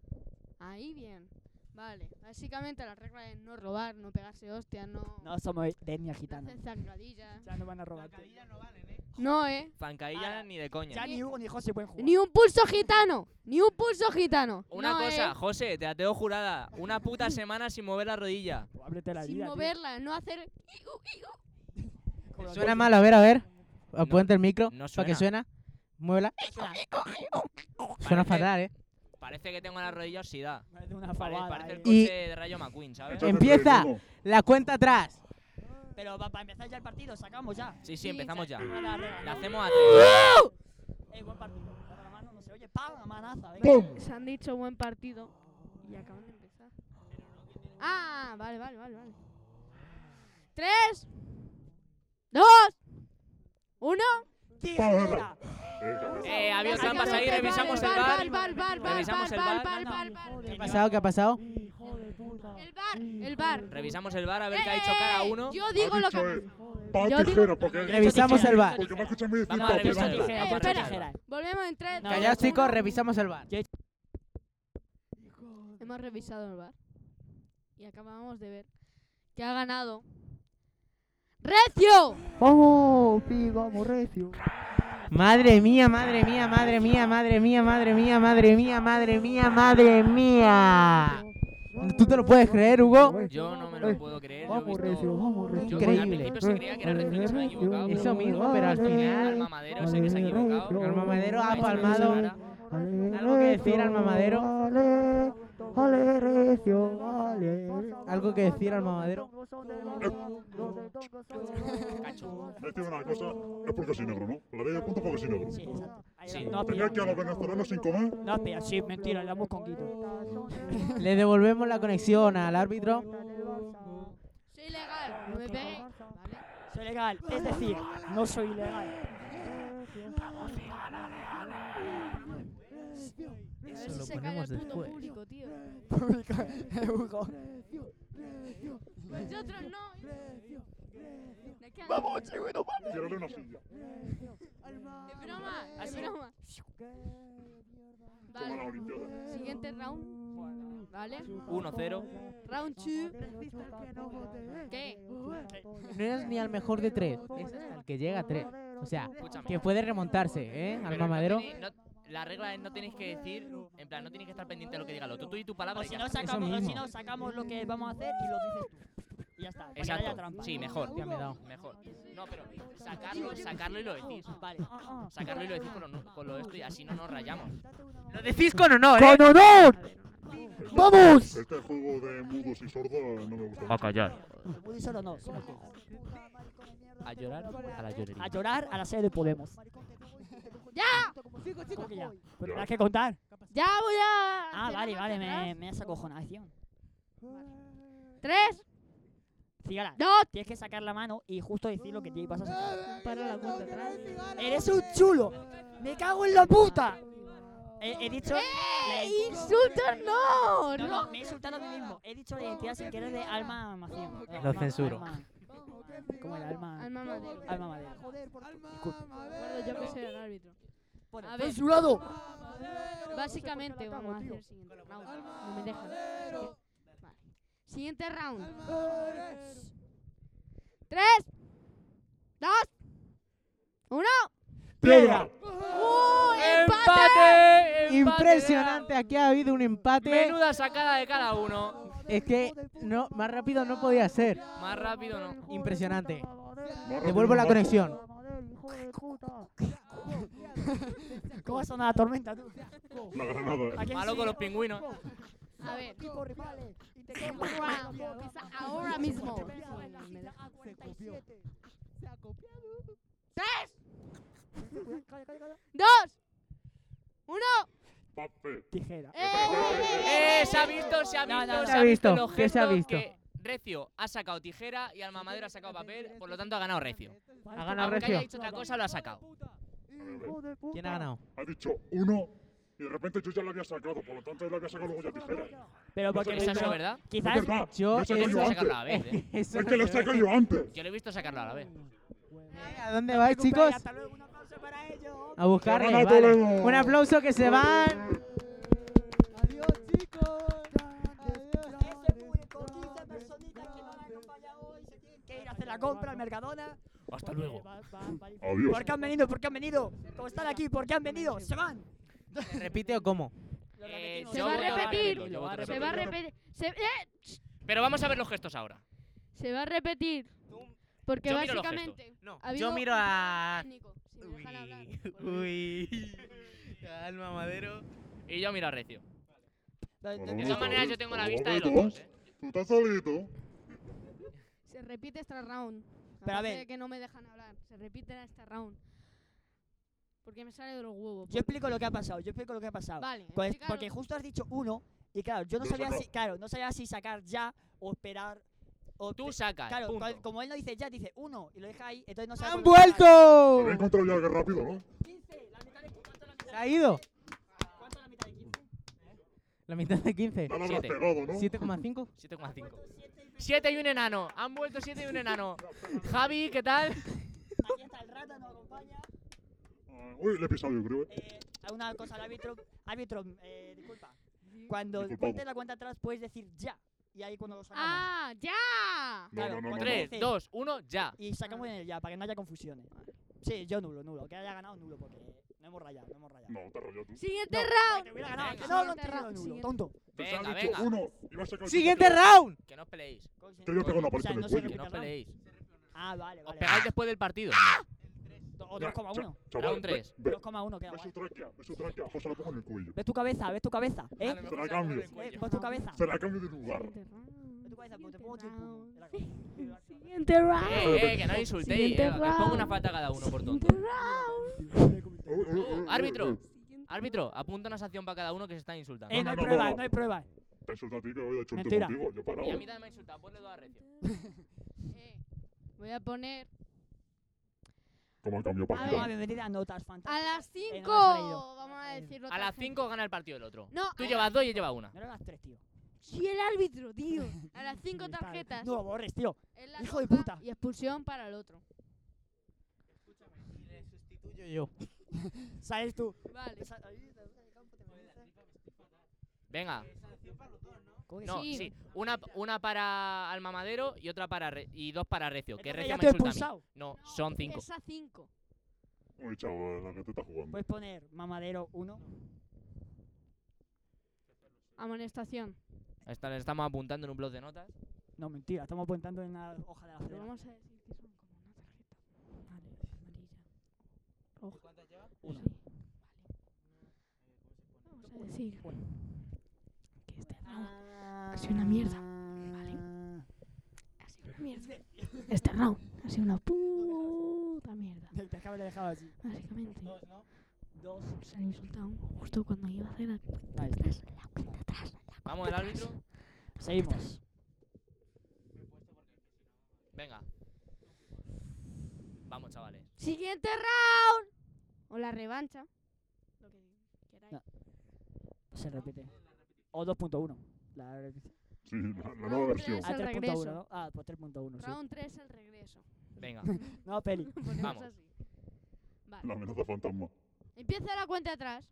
Speaker 7: Ahí bien. Vale. Básicamente las reglas es no robar, no pegarse hostias, no,
Speaker 2: No somos de etnia
Speaker 7: no
Speaker 2: gitana.
Speaker 7: hacer zancadillas.
Speaker 2: Ya no van a robar.
Speaker 7: No, eh.
Speaker 6: Zancadilla
Speaker 2: Ah,
Speaker 6: ni de coña.
Speaker 2: Ya ni Hugo ni José pueden jugar.
Speaker 7: Ni un pulso gitano. Ni un pulso gitano.
Speaker 6: Una
Speaker 7: No,
Speaker 6: cosa,
Speaker 7: eh.
Speaker 6: José, te la tengo jurada. Una puta semana sin mover la rodilla.
Speaker 2: Ábrete la
Speaker 7: Sin
Speaker 2: vida, tío.
Speaker 7: moverla, no hacer.
Speaker 2: Como los
Speaker 3: Suena
Speaker 2: dos-
Speaker 3: mal, a ver, a ver.
Speaker 6: No,
Speaker 3: Apunta el micro
Speaker 6: no
Speaker 3: para que suena. Muévela.
Speaker 2: Suena-
Speaker 3: Suena
Speaker 6: Parece-
Speaker 3: fatal, ¿eh?
Speaker 6: Parece que tengo la rodilla oxidada.
Speaker 2: Parece una
Speaker 6: Pare-
Speaker 2: fabada.
Speaker 6: parece el
Speaker 2: eh.
Speaker 3: Y-
Speaker 6: coche de Rayo McQueen, ¿sabes?
Speaker 4: Échate el
Speaker 3: Empieza.
Speaker 4: relleno.
Speaker 3: La cuenta atrás.
Speaker 2: Pero para empezar ya el partido, sacamos ya.
Speaker 6: Sí, sí,
Speaker 7: Sí,
Speaker 6: empezamos ya.
Speaker 2: Ahora la regla.
Speaker 6: La hacemos a tres.
Speaker 2: Eh, buen partido. Ahora la mano no se oye. ¡Pam! A manaza, venga.
Speaker 4: ¡Pum!
Speaker 7: Se han dicho buen partido. Y acaban de empezar. Ah, vale, vale, vale, vale. Tres. Dos. Uno.
Speaker 2: ¡Tijera!
Speaker 4: Eh, cabeza.
Speaker 6: Eh, había
Speaker 2: Básicamente,
Speaker 6: trampas ahí,
Speaker 2: vale,
Speaker 6: revisamos el
Speaker 2: vale,
Speaker 6: bar.
Speaker 2: vale.
Speaker 7: bar, bar, bar,
Speaker 6: Revisamos el
Speaker 7: bar,
Speaker 6: bar.
Speaker 7: bar, bar,
Speaker 2: Hijo
Speaker 7: bar.
Speaker 2: de
Speaker 3: ¿Qué ha pasado? ¿Qué ha pasado?
Speaker 7: El bar, el bar.
Speaker 6: Revisamos el bar a ver qué ha
Speaker 7: Eh,
Speaker 6: dicho cada
Speaker 7: eh,
Speaker 6: uno.
Speaker 7: Yo digo
Speaker 4: Ha
Speaker 7: lo
Speaker 4: dicho
Speaker 7: que.
Speaker 4: él, pa'
Speaker 7: Yo digo-
Speaker 4: tijera, porque...
Speaker 3: Revisamos el bar.
Speaker 4: Porque me ha escuchado a mí decir
Speaker 6: Vamos a
Speaker 4: pa'
Speaker 2: Yo he dicho
Speaker 6: revisar.
Speaker 4: tijera.
Speaker 2: tijera,
Speaker 7: Eh,
Speaker 2: yo he dicho
Speaker 7: espera.
Speaker 2: tijera.
Speaker 7: Volvemos en tres.
Speaker 2: No,
Speaker 7: dos,
Speaker 3: Callaos,
Speaker 7: uno.
Speaker 3: chicos, revisamos el bar.
Speaker 7: Hemos revisado el bar. Y acabamos de ver que ha ganado. ¡Recio!
Speaker 1: ¡Vamos, pi, vamos, Recio!
Speaker 3: Madre mía, madre mía, madre mía, madre mía, madre mía, madre mía, madre mía, madre mía. Ah. ¿Tú te lo puedes creer, Hugo?
Speaker 6: Yo no me lo puedo creer. Yo he
Speaker 1: Vamos, Recio,
Speaker 6: visto...
Speaker 1: vamos, Recio.
Speaker 6: Yo al
Speaker 3: Increíble.
Speaker 6: principio se creía que era Recio y se había equivocado.
Speaker 3: Eso mismo, pero al final-
Speaker 6: Alma Madero sé que se ha equivocado.
Speaker 3: El mamadero
Speaker 6: Ha
Speaker 3: ha
Speaker 6: hecho una
Speaker 3: palmado.
Speaker 6: cuchara.
Speaker 3: ¿Algo que decir al mamadero?
Speaker 1: Ale, ale, Recio, ale.
Speaker 3: ¿Algo que decir al mamadero?
Speaker 4: Te digo una cosa, es porque soy negro, ¿no? La ley de punto porque soy negro.
Speaker 2: Sí, exacto. Ahí
Speaker 6: Sí.
Speaker 2: va. No,
Speaker 4: Tenía
Speaker 2: pero,
Speaker 4: que a los venezolanos sin comer.
Speaker 2: no, pero sí, mentira, le damos con Guido.
Speaker 3: Le devolvemos la conexión al árbitro.
Speaker 7: Soy legal, no me peguéis. Pues ¿vale?
Speaker 2: Soy legal, es decir, no soy ilegal.
Speaker 7: A ver si se calla el puto público, tío.
Speaker 2: Hugo.
Speaker 7: Nosotros Pues no. ¿De qué ¡Vamos,
Speaker 4: Tírale una silla.
Speaker 7: ¡Es broma! ¡Es
Speaker 2: Así.
Speaker 7: broma!
Speaker 4: Como la
Speaker 7: Vale,
Speaker 4: Olimpiada.
Speaker 7: siguiente round. ¿Vale?
Speaker 6: 1-0.
Speaker 7: Round 2. ¿Qué?
Speaker 3: No es ni al mejor de tres, es al que llega a tres. O sea,
Speaker 6: Escúchame.
Speaker 3: que puede remontarse, ¿eh? Al
Speaker 6: Pero no
Speaker 3: mamadero.
Speaker 6: tenéis- no- la regla es no tenéis que decir, en plan, no tenéis que estar pendiente de lo que diga el otro. Tú y tu palabra
Speaker 2: O
Speaker 6: y
Speaker 2: Pues si
Speaker 6: ya.
Speaker 2: no sacamos, o si
Speaker 3: mismo.
Speaker 2: no sacamos lo que vamos a hacer y lo dices tú. Y pues ya está. para que no haya
Speaker 6: Exacto.
Speaker 2: trampa.
Speaker 6: Sí, mejor.
Speaker 3: Ya me he dado.
Speaker 6: Mejor. No, pero sacarlo, sacarlo y lo decís.
Speaker 2: Vale. Ah,
Speaker 6: Sacarlo y lo decís con lo, con lo esto y así no nos rayamos. Lo decís con honor,
Speaker 1: ¡Con honor! ¡Vamos!
Speaker 4: Este juego de mudos y sordos no me gusta.
Speaker 8: A callar.
Speaker 2: El Woody solo no. somos todos.
Speaker 3: A llorar a la
Speaker 2: A
Speaker 3: llorería.
Speaker 2: llorar a la sede de Podemos.
Speaker 7: ¡Ya!
Speaker 5: Chicos,
Speaker 2: ¿Cómo que ya? Pues
Speaker 4: Ya.
Speaker 2: tendrás que contar.
Speaker 7: ¡Ya voy a.
Speaker 2: Ah,
Speaker 7: hacer
Speaker 2: vale,
Speaker 7: la
Speaker 2: vale,
Speaker 7: marcha atrás.
Speaker 2: me, me has acojonado. acción.
Speaker 7: Tres,
Speaker 2: Cigala,
Speaker 7: dos.
Speaker 2: tienes que sacar la mano y justo decir lo que te pasas.
Speaker 7: Para la cuenta atrás.
Speaker 2: ¡Eres un chulo! ¡Me cago en la puta! He, he dicho.
Speaker 7: ¡Eh,
Speaker 2: la-
Speaker 7: ¡Insultos no!
Speaker 2: No, no,
Speaker 7: ¡No!
Speaker 2: me he insultado a mí mismo. He dicho la identidad sin querer de alma Mación. Eh,
Speaker 5: Lo
Speaker 2: alma-
Speaker 5: censuro.
Speaker 2: alma- ¿Cómo era? Alma.
Speaker 7: Alma madre.
Speaker 2: Alma madera.
Speaker 7: Bueno, yo que soy el árbitro.
Speaker 2: Bueno,
Speaker 7: A ver.
Speaker 1: ¡Censurado!
Speaker 7: Básicamente vamos a hacer el siguiente round. No me dejan. Vale. Siguiente round. Tres, dos, uno.
Speaker 2: ¡Piedra!
Speaker 7: ¡Uy, empate!
Speaker 6: ¡Empate!
Speaker 3: Impresionante, aquí ha habido un empate.
Speaker 6: Menuda sacada de cada uno.
Speaker 3: Es que no, más rápido no podía ser.
Speaker 6: Más rápido no.
Speaker 3: Impresionante.
Speaker 4: Más
Speaker 3: Devuelvo la
Speaker 4: rápido que un
Speaker 3: conexión.
Speaker 2: ¿Cómo ha sonado la tormenta, tú?
Speaker 4: barco. La granada.
Speaker 2: ¿A quién
Speaker 6: Malo
Speaker 2: sí?
Speaker 6: con los pingüinos.
Speaker 7: A ver,
Speaker 2: rivales. Y te
Speaker 7: round. Empieza ahora mismo. Sí, me deja. Tres, dos, uno.
Speaker 4: Pape.
Speaker 2: Tijera.
Speaker 6: ¡Eh! Se ha visto, se ha
Speaker 2: No,
Speaker 6: visto,
Speaker 2: no, no.
Speaker 6: se ha visto. en los
Speaker 3: ¿Qué se ha
Speaker 6: gestos
Speaker 3: visto?
Speaker 6: que Recio ha sacado tijera y Alma Madera ha sacado papel, por lo tanto ha ganado Recio.
Speaker 3: Ha ganado
Speaker 6: Aunque
Speaker 3: Recio.
Speaker 6: haya dicho otra cosa, lo ha sacado.
Speaker 3: ¿Quién ha ganado?
Speaker 4: Ha dicho uno y de repente yo ya la había sacado, por lo tanto él la había sacado luego ya tijera.
Speaker 2: Pero porque
Speaker 4: Pero
Speaker 6: ¿Es
Speaker 4: no,
Speaker 6: eso,
Speaker 4: no.
Speaker 6: verdad?
Speaker 4: Es
Speaker 2: Quizás.
Speaker 4: verdad,
Speaker 3: Yo
Speaker 4: lo
Speaker 3: eso
Speaker 4: he sacado yo
Speaker 6: Yo lo he
Speaker 3: no-
Speaker 6: sacado
Speaker 4: antes.
Speaker 6: a la vez. eh.
Speaker 3: Eso
Speaker 4: Es que
Speaker 3: no
Speaker 4: lo he
Speaker 3: se ve.
Speaker 4: sacado yo antes.
Speaker 6: Yo lo he visto sacarlo a la vez.
Speaker 3: ¿A dónde vais, chicos?
Speaker 2: Hasta luego, un aplauso para ellos.
Speaker 3: A buscarle.
Speaker 4: ¡Gana
Speaker 3: vale.
Speaker 4: Toledo!
Speaker 3: Un aplauso que se van.
Speaker 1: Adiós, chicos.
Speaker 2: Ese público, 15 personitas que no han acompañado hoy, se tienen que ir a hacer la compra al Mercadona.
Speaker 6: Hasta luego.
Speaker 4: Adiós.
Speaker 2: ¿Por qué han venido? ¿Por qué han venido? Como están aquí? ¿Por qué han venido? ¡Se van!
Speaker 3: ¿Repite o cómo?
Speaker 2: Lo
Speaker 6: Eh,
Speaker 2: repetimos.
Speaker 7: se va a
Speaker 6: voy a
Speaker 7: repetir.
Speaker 6: repetirlo, yo voy a
Speaker 7: Se va a repetir. Se, eh,
Speaker 6: Pero vamos a ver los gestos ahora.
Speaker 7: se va a repetir. Porque
Speaker 6: Yo miro los
Speaker 7: básicamente.
Speaker 6: gestos. No.
Speaker 7: ha habido
Speaker 5: Yo miro a.
Speaker 7: un técnico, si me dejan hablar,
Speaker 5: Uy.
Speaker 7: por favor.
Speaker 5: Uy. A Alma Madero.
Speaker 6: Y yo miro a Recio.
Speaker 4: Bueno,
Speaker 6: De todas
Speaker 4: bueno,
Speaker 6: maneras,
Speaker 4: tú-
Speaker 6: yo tengo la
Speaker 4: tú-
Speaker 6: vista de
Speaker 4: tú-
Speaker 6: los dos. eh.
Speaker 4: Tú estás solito.
Speaker 7: Se repite esta round.
Speaker 2: Pero a
Speaker 7: Aparte
Speaker 2: ver.
Speaker 7: de que no me dejan hablar. Se repite esta round. Porque me sale de los huevos.
Speaker 2: Yo explico lo que ha pasado, yo explico lo que ha pasado.
Speaker 7: Vale. eh,
Speaker 2: Pues,
Speaker 7: explícalo.
Speaker 2: porque justo has dicho uno y claro, yo no
Speaker 4: Pero
Speaker 2: sabía
Speaker 4: saca-
Speaker 2: si, claro, no sabía si sacar ya o esperar o
Speaker 6: Tú
Speaker 2: pe-
Speaker 6: sacas.
Speaker 2: Claro,
Speaker 6: punto.
Speaker 2: cual- como él no dice ya, dice uno y lo deja ahí, entonces no sabe
Speaker 3: ¡Han
Speaker 2: cuál es el
Speaker 4: Lo
Speaker 3: vuelto!
Speaker 4: había encontrado ya que rápido, ¿no?
Speaker 3: ¿Se ha ido?
Speaker 2: final. ¿Cuánto es la mitad de 15?
Speaker 3: La mitad de 15.
Speaker 4: Ya lo habrás
Speaker 6: Siete.
Speaker 4: pegado, ¿no?
Speaker 3: 7,5.
Speaker 6: 7,5. 7 y un enano. Han vuelto 7 y un enano. Javi, ¿qué tal?
Speaker 2: Aquí está el rato, nos acompaña.
Speaker 4: Ah, Uy, le he pisado yo, creo. eh.
Speaker 2: Eh, una cosa al árbitro, árbitro, eh, disculpa.
Speaker 7: Sí.
Speaker 2: Cuando
Speaker 4: Disculpamos.
Speaker 2: cuentes la cuenta atrás puedes decir ya y ahí cuando lo sacamos.
Speaker 7: ¡Ah! ¡Ya!
Speaker 4: No,
Speaker 2: claro,
Speaker 4: no, no, no, no.
Speaker 2: tres.
Speaker 6: 3, 2, 1, ya.
Speaker 2: Y sacamos en el ya para que no haya confusiones. Sí, yo nulo, nulo, que haya ganado nulo porque no hemos rayado, no hemos rayado.
Speaker 4: No, te has rayado tú.
Speaker 7: Siguiente
Speaker 2: No,
Speaker 7: round.
Speaker 2: Que te hubiera ganado, que
Speaker 6: Venga.
Speaker 2: no lo han
Speaker 7: Siguiente
Speaker 2: tirado
Speaker 7: round,
Speaker 2: nulo,
Speaker 7: siguiente.
Speaker 2: tonto.
Speaker 4: Te has
Speaker 6: Venga,
Speaker 4: dicho
Speaker 6: venga.
Speaker 4: uno y vas a sacar
Speaker 3: ¡Siguiente round!
Speaker 6: Que no os peleéis.
Speaker 4: Te voy a pegar una
Speaker 2: O sea,
Speaker 4: paliza en
Speaker 2: no
Speaker 4: el
Speaker 2: se
Speaker 4: cuello.
Speaker 6: Que no os
Speaker 2: Perdón.
Speaker 6: peleéis.
Speaker 2: Ah, vale,
Speaker 6: Os
Speaker 2: vale.
Speaker 6: pegáis después del partido.
Speaker 2: Do-
Speaker 4: Ya,
Speaker 2: 2,1.
Speaker 4: cha- chaval,
Speaker 6: Round
Speaker 4: ve-
Speaker 6: tres.
Speaker 4: Ve,
Speaker 2: 2,1 queda
Speaker 4: ve su
Speaker 2: guay.
Speaker 4: tráquea, ve su tráquea. José, la pongo en el cuello.
Speaker 2: ¿Ves tu cabeza? ¿Ves tu cabeza? ¿Eh?
Speaker 6: A lo
Speaker 4: Te la
Speaker 6: mejor se ha puesto
Speaker 4: cambio.
Speaker 6: en el
Speaker 2: ¿Eh?
Speaker 6: cuello.
Speaker 2: ¿Ves tu cabeza?
Speaker 4: Se la cambio de lugar.
Speaker 7: Siguiente round.
Speaker 2: Ves tu cabeza, pues te
Speaker 7: Siguiente
Speaker 2: pongo chimpú.
Speaker 7: round.
Speaker 2: Te la-
Speaker 7: Siguiente round.
Speaker 2: pues-
Speaker 6: Eh, eh, que no os insultéis.
Speaker 7: Siguiente
Speaker 6: Eh, os pongo una
Speaker 7: round.
Speaker 6: falta a cada uno por tonto.
Speaker 7: Siguiente round.
Speaker 4: Eh, eh, eh, eh,
Speaker 6: árbitro.
Speaker 4: eh,
Speaker 7: Siguiente
Speaker 6: Árbitro, apunta una sanción para cada uno que se está insultando.
Speaker 2: Eh, no
Speaker 4: no,
Speaker 2: hay
Speaker 4: no,
Speaker 2: pruebas,
Speaker 4: no.
Speaker 2: no hay pruebas.
Speaker 4: Te insulto a ti que hoy he hecho un té
Speaker 2: Mentira.
Speaker 4: contigo. Yo he parado.
Speaker 6: Y a mí también me ha insultado, ponle dos a recio.
Speaker 7: Eh, voy a poner
Speaker 4: ¿Cómo han cambiado
Speaker 7: A
Speaker 4: partido?
Speaker 2: Toma,
Speaker 7: ver.
Speaker 2: Ah, bienvenida a Notas Fantásticas.
Speaker 7: a las
Speaker 2: Eh,
Speaker 7: 5.
Speaker 2: no me sale yo.
Speaker 7: Vamos a decirlo.
Speaker 6: A
Speaker 7: otra
Speaker 6: las
Speaker 7: vez.
Speaker 6: 5 gana el partido el otro.
Speaker 7: No,
Speaker 6: Tú
Speaker 2: eh,
Speaker 7: a-
Speaker 6: llevas dos y él lleva una.
Speaker 2: No eran las tres, tío.
Speaker 7: sí, el árbitro, tío. A las 5
Speaker 2: Está bien.
Speaker 7: tarjetas.
Speaker 2: No lo borres, tío.
Speaker 7: Es la
Speaker 2: Hijo de
Speaker 7: roja
Speaker 2: puta.
Speaker 7: Y expulsión para el otro.
Speaker 3: Sustituyo yo.
Speaker 2: Sales tú.
Speaker 7: Vale.
Speaker 2: Sa- ahí, de- de campo, te mereces.
Speaker 6: Venga.
Speaker 2: ¿Cómo que
Speaker 6: No,
Speaker 7: Sí.
Speaker 6: sí. Una, una para Alma Madero y otra para Re- y dos para Recio. Que
Speaker 2: Entonces
Speaker 6: Recio
Speaker 2: ya
Speaker 6: me
Speaker 2: estoy
Speaker 6: insulta a mí.
Speaker 2: expulsado.
Speaker 6: No, son cinco.
Speaker 7: Esa 5.
Speaker 4: Uy, chaval, la que te está
Speaker 8: Pues,
Speaker 4: jugando.
Speaker 2: Puedes poner mamadero 1.
Speaker 7: Amonestación.
Speaker 6: Esta- le estamos apuntando en un blog de notas.
Speaker 2: No, mentira, estamos apuntando en la hoja de la
Speaker 7: Pero
Speaker 2: acera.
Speaker 7: vamos a decir que son como una tarjeta. Vale, amarilla. Roja. ¿Cuántas lleva?
Speaker 2: Una.
Speaker 7: Vale. Vamos a decir que este
Speaker 2: Ah.
Speaker 7: round ha sido una mierda. Vale. Ha sido una mierda. Este round ha sido una puta mierda.
Speaker 8: El pescado le he dejado así.
Speaker 7: Básicamente,
Speaker 8: Dos, ¿no? Dos.
Speaker 7: se han insultado justo cuando iba a hacer la cuenta
Speaker 8: Ahí
Speaker 7: atrás, la cuenta atrás.
Speaker 6: Vamos, el árbitro.
Speaker 8: Seguimos.
Speaker 6: Venga. Vamos, chavales.
Speaker 7: Siguiente round. O la revancha. Lo que queráis.
Speaker 8: No. Se repite. O 2.1. La
Speaker 4: Sí, la, la nueva versión.
Speaker 7: Es
Speaker 8: Ah,
Speaker 7: el
Speaker 8: 3.1,
Speaker 7: regreso.
Speaker 8: ¿no? Ah, pues 3.1, sí.
Speaker 7: Round 3 el regreso.
Speaker 6: Venga.
Speaker 8: No, peli.
Speaker 7: Lo ponemos
Speaker 6: Vamos.
Speaker 7: así.
Speaker 8: pues.
Speaker 4: La
Speaker 7: Vale.
Speaker 4: amenaza fantasma.
Speaker 7: Empieza la cuenta atrás.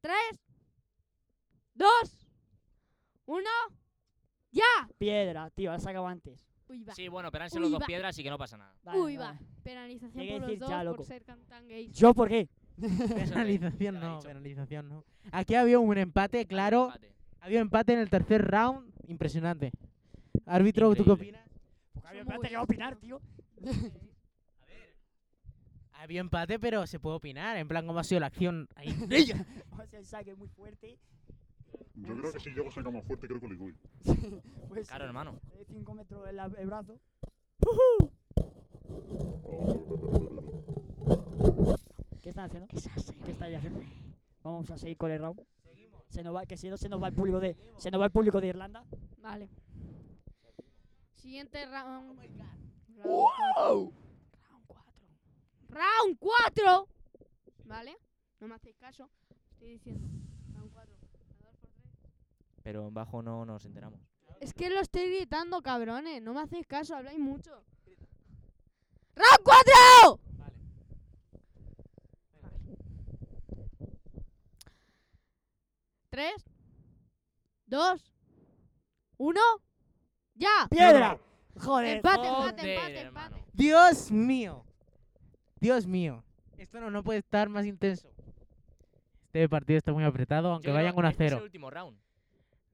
Speaker 7: 3 2 1 Ya.
Speaker 8: Piedra, tío, la sacaba antes.
Speaker 7: Uy, va.
Speaker 6: Sí, bueno, pero han sido
Speaker 7: Uy,
Speaker 6: los dos
Speaker 7: va.
Speaker 6: piedras, así que no pasa nada.
Speaker 8: Vale,
Speaker 7: Uy, va.
Speaker 8: vale.
Speaker 7: Penalización
Speaker 8: Hay que
Speaker 7: por los
Speaker 8: decir
Speaker 7: dos
Speaker 8: ya, loco.
Speaker 7: por ser can- tan gays.
Speaker 8: ¿Yo por qué?
Speaker 3: Penalización
Speaker 6: Ya lo he
Speaker 3: no,
Speaker 6: dicho.
Speaker 3: penalización no. Aquí había un empate, claro.
Speaker 6: Empate.
Speaker 3: Había empate en el tercer round. Impresionante. Árbitro, ¿tú qué
Speaker 6: Increíble.
Speaker 3: opinas?
Speaker 8: Porque había
Speaker 7: Somos
Speaker 8: espérate que voy a opinar,
Speaker 7: buenos, ¿no?
Speaker 8: tío.
Speaker 3: Había empate, pero se puede opinar. En plan, ¿cómo ha sido la acción ahí?
Speaker 8: O sea, el saque muy fuerte.
Speaker 4: Yo creo que si yo lo saca más fuerte, creo que le doy.
Speaker 8: Pues,
Speaker 6: Claro, hermano.
Speaker 8: 5 metros el, el brazo. ¿Qué están haciendo? ¿Qué estáis haciendo? Vamos a seguir con el round. Se nos va, que si no se nos va el público de, se nos va el público de Irlanda.
Speaker 7: Vale. Siguiente round. Round 4. Round 4. Vale. No me hacéis caso. Estoy diciendo. Round 4.
Speaker 6: Pero en bajo no nos enteramos.
Speaker 7: Es que lo estoy gritando, cabrones. No me hacéis caso, habláis mucho. ¡Round 4! Tres, dos, uno, ya.
Speaker 8: ¡Piedra! ¡Joder!
Speaker 7: Empate, empate,
Speaker 6: Joder,
Speaker 7: empate,
Speaker 6: hermano.
Speaker 7: empate.
Speaker 3: Dios mío. Dios mío. Esto no, no puede estar más intenso. Este partido está muy apretado, aunque
Speaker 6: Yo
Speaker 3: vayan
Speaker 6: creo-
Speaker 3: 1 a
Speaker 6: este es
Speaker 3: 0.
Speaker 6: el último round.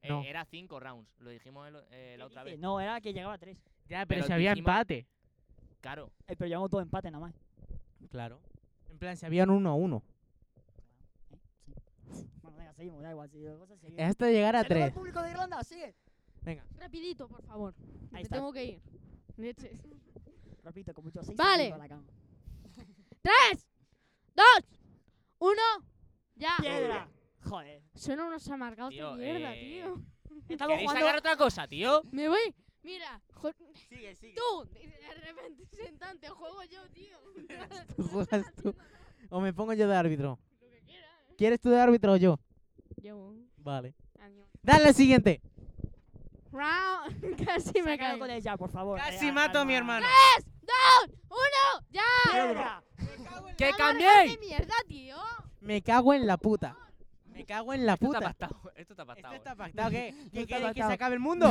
Speaker 6: Eh,
Speaker 3: No.
Speaker 6: era cinco rounds. Lo dijimos el- eh, la otra
Speaker 8: ¿Qué dices?
Speaker 6: vez.
Speaker 8: No, era que llegaba a 3.
Speaker 3: Ya, pero,
Speaker 6: pero
Speaker 3: si había
Speaker 6: dijimos-
Speaker 3: empate.
Speaker 6: Claro.
Speaker 8: Eh, pero llevamos todo empate nada más.
Speaker 3: Claro. En plan, si habían 1 a 1.
Speaker 8: Bueno, venga, seguimos, da igual. Si las cosas seguimos.
Speaker 3: Hasta llegar a
Speaker 8: ¡Se nos va el
Speaker 3: 3.
Speaker 8: público de Irlanda! ¡Sigue!
Speaker 3: Venga.
Speaker 7: Rapidito, por favor.
Speaker 8: Ahí
Speaker 7: Me
Speaker 8: está.
Speaker 7: tengo que ir. Leches.
Speaker 8: Repito, con mucho 6
Speaker 7: Vale.
Speaker 8: a la cama.
Speaker 7: Tres, dos, uno, ya.
Speaker 8: ¡Piedra! ¡Joder!
Speaker 7: Son unos amargados
Speaker 6: Tío,
Speaker 7: de mierda,
Speaker 6: eh,
Speaker 7: tío.
Speaker 8: Estamos
Speaker 6: ¿Queréis
Speaker 8: jugando...
Speaker 6: sacar otra cosa, tío?
Speaker 7: Me voy. Mira, jo-
Speaker 2: Sigue, sigue.
Speaker 7: tú, de repente sentante, juego yo, tío.
Speaker 3: Tú juegas tú. O me pongo yo de árbitro.
Speaker 7: Lo que quieras.
Speaker 3: ¿Quieres tú de árbitro o yo?
Speaker 7: Llevo un
Speaker 3: Vale.
Speaker 7: año.
Speaker 3: Dale al siguiente.
Speaker 7: Round. Casi me
Speaker 8: Sácalo
Speaker 7: caigo.
Speaker 8: con ella, por favor.
Speaker 3: Casi
Speaker 8: Eh,
Speaker 3: mato a mi
Speaker 8: calma.
Speaker 3: hermano.
Speaker 7: ¡Uno! ¡Ya!
Speaker 8: ¡Piedra!
Speaker 6: ¡Que
Speaker 7: Amargas de
Speaker 6: cambiéis!
Speaker 7: mierda, tío!
Speaker 3: Me cago en la puta. Me cago en la
Speaker 6: Esto está
Speaker 3: puta.
Speaker 6: pactado. Esto está
Speaker 7: Este
Speaker 3: Esto
Speaker 6: pactado. eh.
Speaker 3: está pactado, ¿qué? ¿Que
Speaker 8: está
Speaker 3: quieren que se
Speaker 8: pactado.
Speaker 3: acabe el mundo?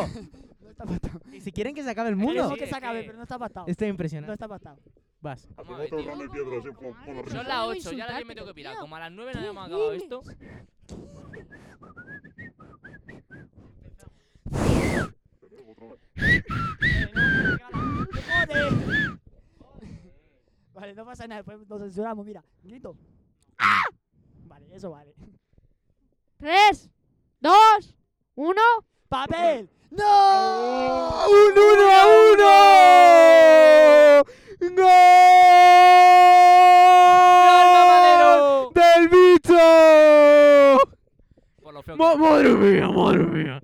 Speaker 8: No está patado.
Speaker 3: Y si quieren que se acabe el
Speaker 8: Queremos
Speaker 3: mundo.
Speaker 8: que se acabe, pero no está patado.
Speaker 3: Estoy
Speaker 8: No
Speaker 3: impresionado.
Speaker 8: está patado.
Speaker 3: Vas.
Speaker 6: Vamos a
Speaker 4: Hacemos
Speaker 6: ver,
Speaker 4: otro
Speaker 6: tío.
Speaker 4: round de piedras, yo por, por la
Speaker 7: Son
Speaker 4: risa.
Speaker 6: Son las
Speaker 7: Déjame
Speaker 6: 8, ya las 10 me
Speaker 7: insultarte,
Speaker 6: tengo que pirar.
Speaker 7: tío.
Speaker 6: Como a las 9
Speaker 7: ¿Qué
Speaker 6: no hemos acabado
Speaker 7: dices?
Speaker 6: esto.
Speaker 4: Otra vez.
Speaker 8: ¡Joder! Vale, no pasa nada, después nos censuramos, mira. Grito. ¡Ah! Vale, eso vale.
Speaker 7: Tres, dos, uno.
Speaker 8: ¡Papel! ¡Oh! ¡No!
Speaker 3: ¡Oh! ¡Un 1 a 1! ¡Gol! ¡Del bicho!
Speaker 6: Por lo feo que
Speaker 3: Ma-
Speaker 6: está.
Speaker 3: madre mía, madre mía.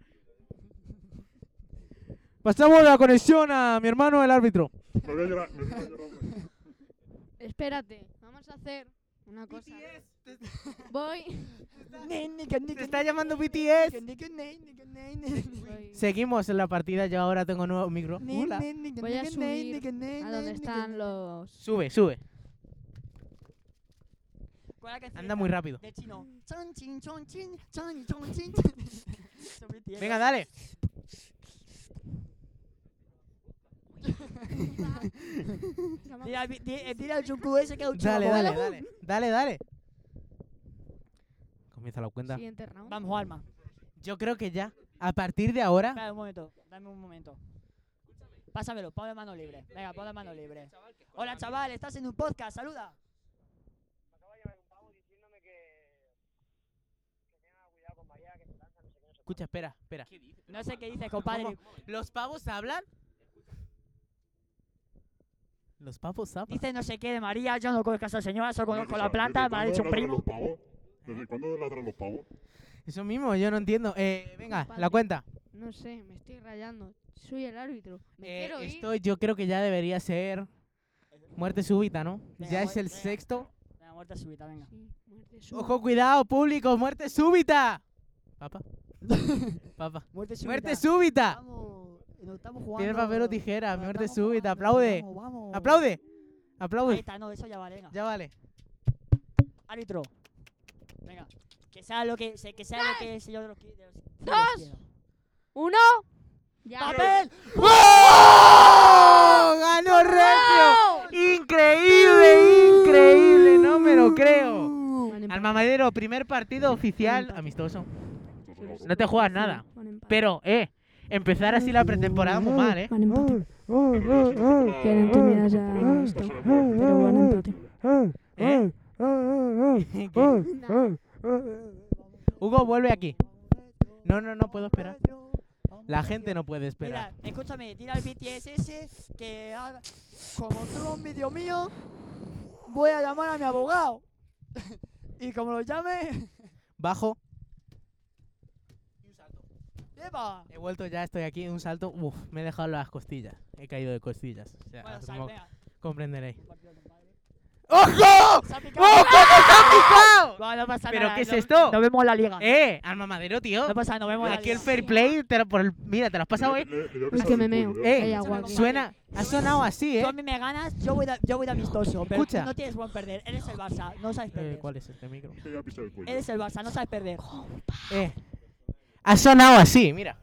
Speaker 3: Pasamos la conexión a mi hermano, el árbitro.
Speaker 4: Me voy a llorar, me voy a llorar.
Speaker 7: Espérate, vamos a hacer una cosa. Voy.
Speaker 3: Te está llamando BTS.
Speaker 7: voy.
Speaker 3: Seguimos en la partida, yo ahora tengo nuevo micro. Hola.
Speaker 7: Voy a subir a donde están los.
Speaker 3: Sube, sube. Anda
Speaker 8: Anda
Speaker 3: muy rápido.
Speaker 8: De chino. Chan, chin, chon, chin, chan, chon, chin, eh, chan. Son BTS.
Speaker 3: Venga, dale.
Speaker 8: Dile al- di- eh, Dile al Jungkook ese que es un chino.
Speaker 3: Dale,
Speaker 8: como-
Speaker 3: dale, dale. Dale, dale. Comienza la cuenta.
Speaker 7: Siguiente round.
Speaker 8: Vamos, Alma.
Speaker 3: Yo creo que ya, a partir de ahora,
Speaker 8: Espera un momento, dame un momento. Pásamelo, pon de mano libre. Venga, pon de mano libre. Hola, chaval, estás en un podcast, saluda.
Speaker 9: acaba de llegar un pavo diciéndome que, que tenga cuidado con María, que se lanza, no sé qué, no sé
Speaker 3: Escucha, espera, espera.
Speaker 10: ¿Qué dices?
Speaker 8: No sé qué dices, compadre.
Speaker 3: ¿Los pavos hablan? ¿Los pavos hablan?
Speaker 8: Dice no sé qué de María, yo no conozco a esa señora, solo conozco la planta, me ha dicho un primo.
Speaker 4: ¿Desde cuándo ladran los pavos?
Speaker 3: Eso mismo, yo no entiendo. Eh, venga,
Speaker 7: Compadre.
Speaker 3: la cuenta.
Speaker 7: No sé, me estoy rayando. Soy el árbitro. Me
Speaker 3: Eh,
Speaker 7: quiero ir.
Speaker 3: esto yo creo que ya debería ser muerte súbita, ¿no?
Speaker 8: Venga,
Speaker 3: ya
Speaker 8: voy,
Speaker 3: es el
Speaker 8: venga.
Speaker 3: sexto.
Speaker 8: La muerte súbita, venga.
Speaker 7: Sí, muerte súbita.
Speaker 3: Ojo, cuidado, público, muerte súbita. Papá. Papá.
Speaker 8: Muerte súbita.
Speaker 3: Muerte súbita.
Speaker 11: Estamos, nos estamos jugando.
Speaker 3: Tiene papel o tijera,
Speaker 11: nos
Speaker 3: muerte
Speaker 11: estamos
Speaker 3: súbita.
Speaker 11: jugando,
Speaker 3: Aplaude.
Speaker 11: vamos, vamos.
Speaker 3: Aplaude.
Speaker 8: Ahí
Speaker 3: Aplaude.
Speaker 8: está, no, eso ya vale, venga.
Speaker 3: Ya vale.
Speaker 8: Árbitro. Venga. Que sea lo que, se- que sea lo que el señor de los, qui- de los- de los
Speaker 7: Dos.
Speaker 8: quiera.
Speaker 7: Uno. Ya.
Speaker 8: ¡Papel!
Speaker 3: ¡Oh! ¡Ganó Regio!
Speaker 7: ¡No!
Speaker 3: ¡Increíble, increíble! No me lo creo.
Speaker 7: Van
Speaker 3: Al
Speaker 7: empate.
Speaker 3: mamadero, primer partido oficial
Speaker 7: empate.
Speaker 3: amistoso.
Speaker 8: Pues,
Speaker 4: Entonces,
Speaker 3: No te juegas nada.
Speaker 7: Van empate.
Speaker 3: Pero, eh, empezar así la pretemporada muy mal, eh.
Speaker 7: Van empate. Quieren
Speaker 4: Quieren
Speaker 7: terminar ya esto. Pero van empate.
Speaker 3: ¿Eh? ¿Qué? Hugo, vuelve aquí. No, no, no puedo esperar. La gente no puede esperar.
Speaker 8: Mira, escúchame, tira el BTS ese que haga- como tú un vídeo mío, voy a llamar a mi abogado. y como lo llame,
Speaker 3: Bajo.
Speaker 8: ¡epa!
Speaker 3: He vuelto ya, estoy aquí. Un salto. Uf, me he dejado las costillas. He caído de costillas. O sea,
Speaker 8: Bueno, sal,
Speaker 3: supongo-
Speaker 8: venga.
Speaker 3: comprenderéis.
Speaker 8: Un partido, compadre.
Speaker 3: ¡Ojo!
Speaker 8: Se ha picado. Ah,
Speaker 3: ¡Ojo que se ha picado!
Speaker 8: Bueno, no pasa
Speaker 3: ¡Oh! ¿Pero
Speaker 8: nada,
Speaker 3: qué es
Speaker 8: no-
Speaker 3: esto?
Speaker 8: Nos vemos en la liga.
Speaker 3: ¡Eh! Al mamadero, tío.
Speaker 8: No pasa, nos vemos en la
Speaker 3: Aquí el
Speaker 8: liga.
Speaker 3: fair play. te lo- por el- mira, te lo has pasado, eh.
Speaker 7: Es que me meo.
Speaker 3: Eh,
Speaker 7: Calla, guapo.
Speaker 8: compadre.
Speaker 3: Suena. Ha sonado así, eh.
Speaker 8: Tú a mí me ganas, yo voy de, yo voy de amistoso, pero
Speaker 3: Escucha.
Speaker 8: tú no tienes buen perder. Eres el Barça, no sabes
Speaker 3: Eh,
Speaker 8: perder.
Speaker 3: ¿Cuál es este micro?
Speaker 8: Eres el Barça, no sabes perder.
Speaker 3: Eh. Ha sonado así, mira.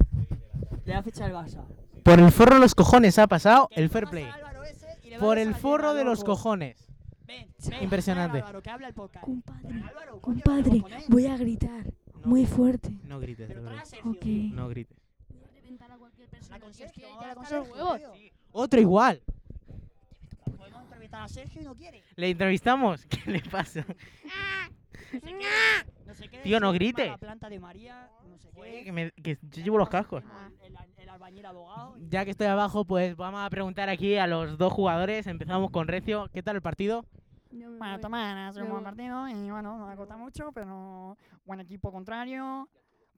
Speaker 8: Le da ficha el Barça.
Speaker 3: Por el forro de los cojones ha pasado
Speaker 8: Que
Speaker 3: el
Speaker 8: le
Speaker 3: fair
Speaker 8: pongas
Speaker 3: play.
Speaker 8: a Álvaro ese y le
Speaker 3: Por
Speaker 8: mandas a
Speaker 3: el
Speaker 8: la
Speaker 3: forro
Speaker 8: mierda,
Speaker 3: de los
Speaker 8: loco.
Speaker 3: cojones.
Speaker 8: Ven, ven,
Speaker 3: Impresionante.
Speaker 8: dale, Álvaro, que habla el podcast.
Speaker 7: Compadre,
Speaker 8: Álvaro, coño,
Speaker 7: compadre,
Speaker 8: habla con él.
Speaker 7: voy a gritar muy fuerte.
Speaker 3: No grites, de
Speaker 8: Pero trae a
Speaker 3: verdad.
Speaker 8: Sergio,
Speaker 7: Ok.
Speaker 8: tío.
Speaker 3: No grites.
Speaker 8: La con Sergio,
Speaker 7: ya
Speaker 8: vamos a hablar con
Speaker 7: está los
Speaker 8: Sergio,
Speaker 7: huevos.
Speaker 8: tío.
Speaker 3: Otro igual.
Speaker 8: Podemos entrevistar a Sergio y no quiere.
Speaker 3: ¿Le entrevistamos? ¿Qué le pasa?
Speaker 8: No sé qué
Speaker 3: Tío, no
Speaker 8: decir,
Speaker 3: grite.
Speaker 8: La planta de María, no sé
Speaker 3: Oye,
Speaker 8: qué.
Speaker 3: que, me- que yo llevo los cascos.
Speaker 8: El, el albañil abogado. y-
Speaker 3: Ya que estoy abajo, pues vamos a preguntar aquí a los dos jugadores. Empezamos con Recio. ¿Qué tal el partido?
Speaker 7: No me
Speaker 12: Bueno,
Speaker 7: voy.
Speaker 12: toma, ha sido un buen
Speaker 7: Luego-
Speaker 12: partido y bueno, no me gusta mucho, pero buen equipo contrario.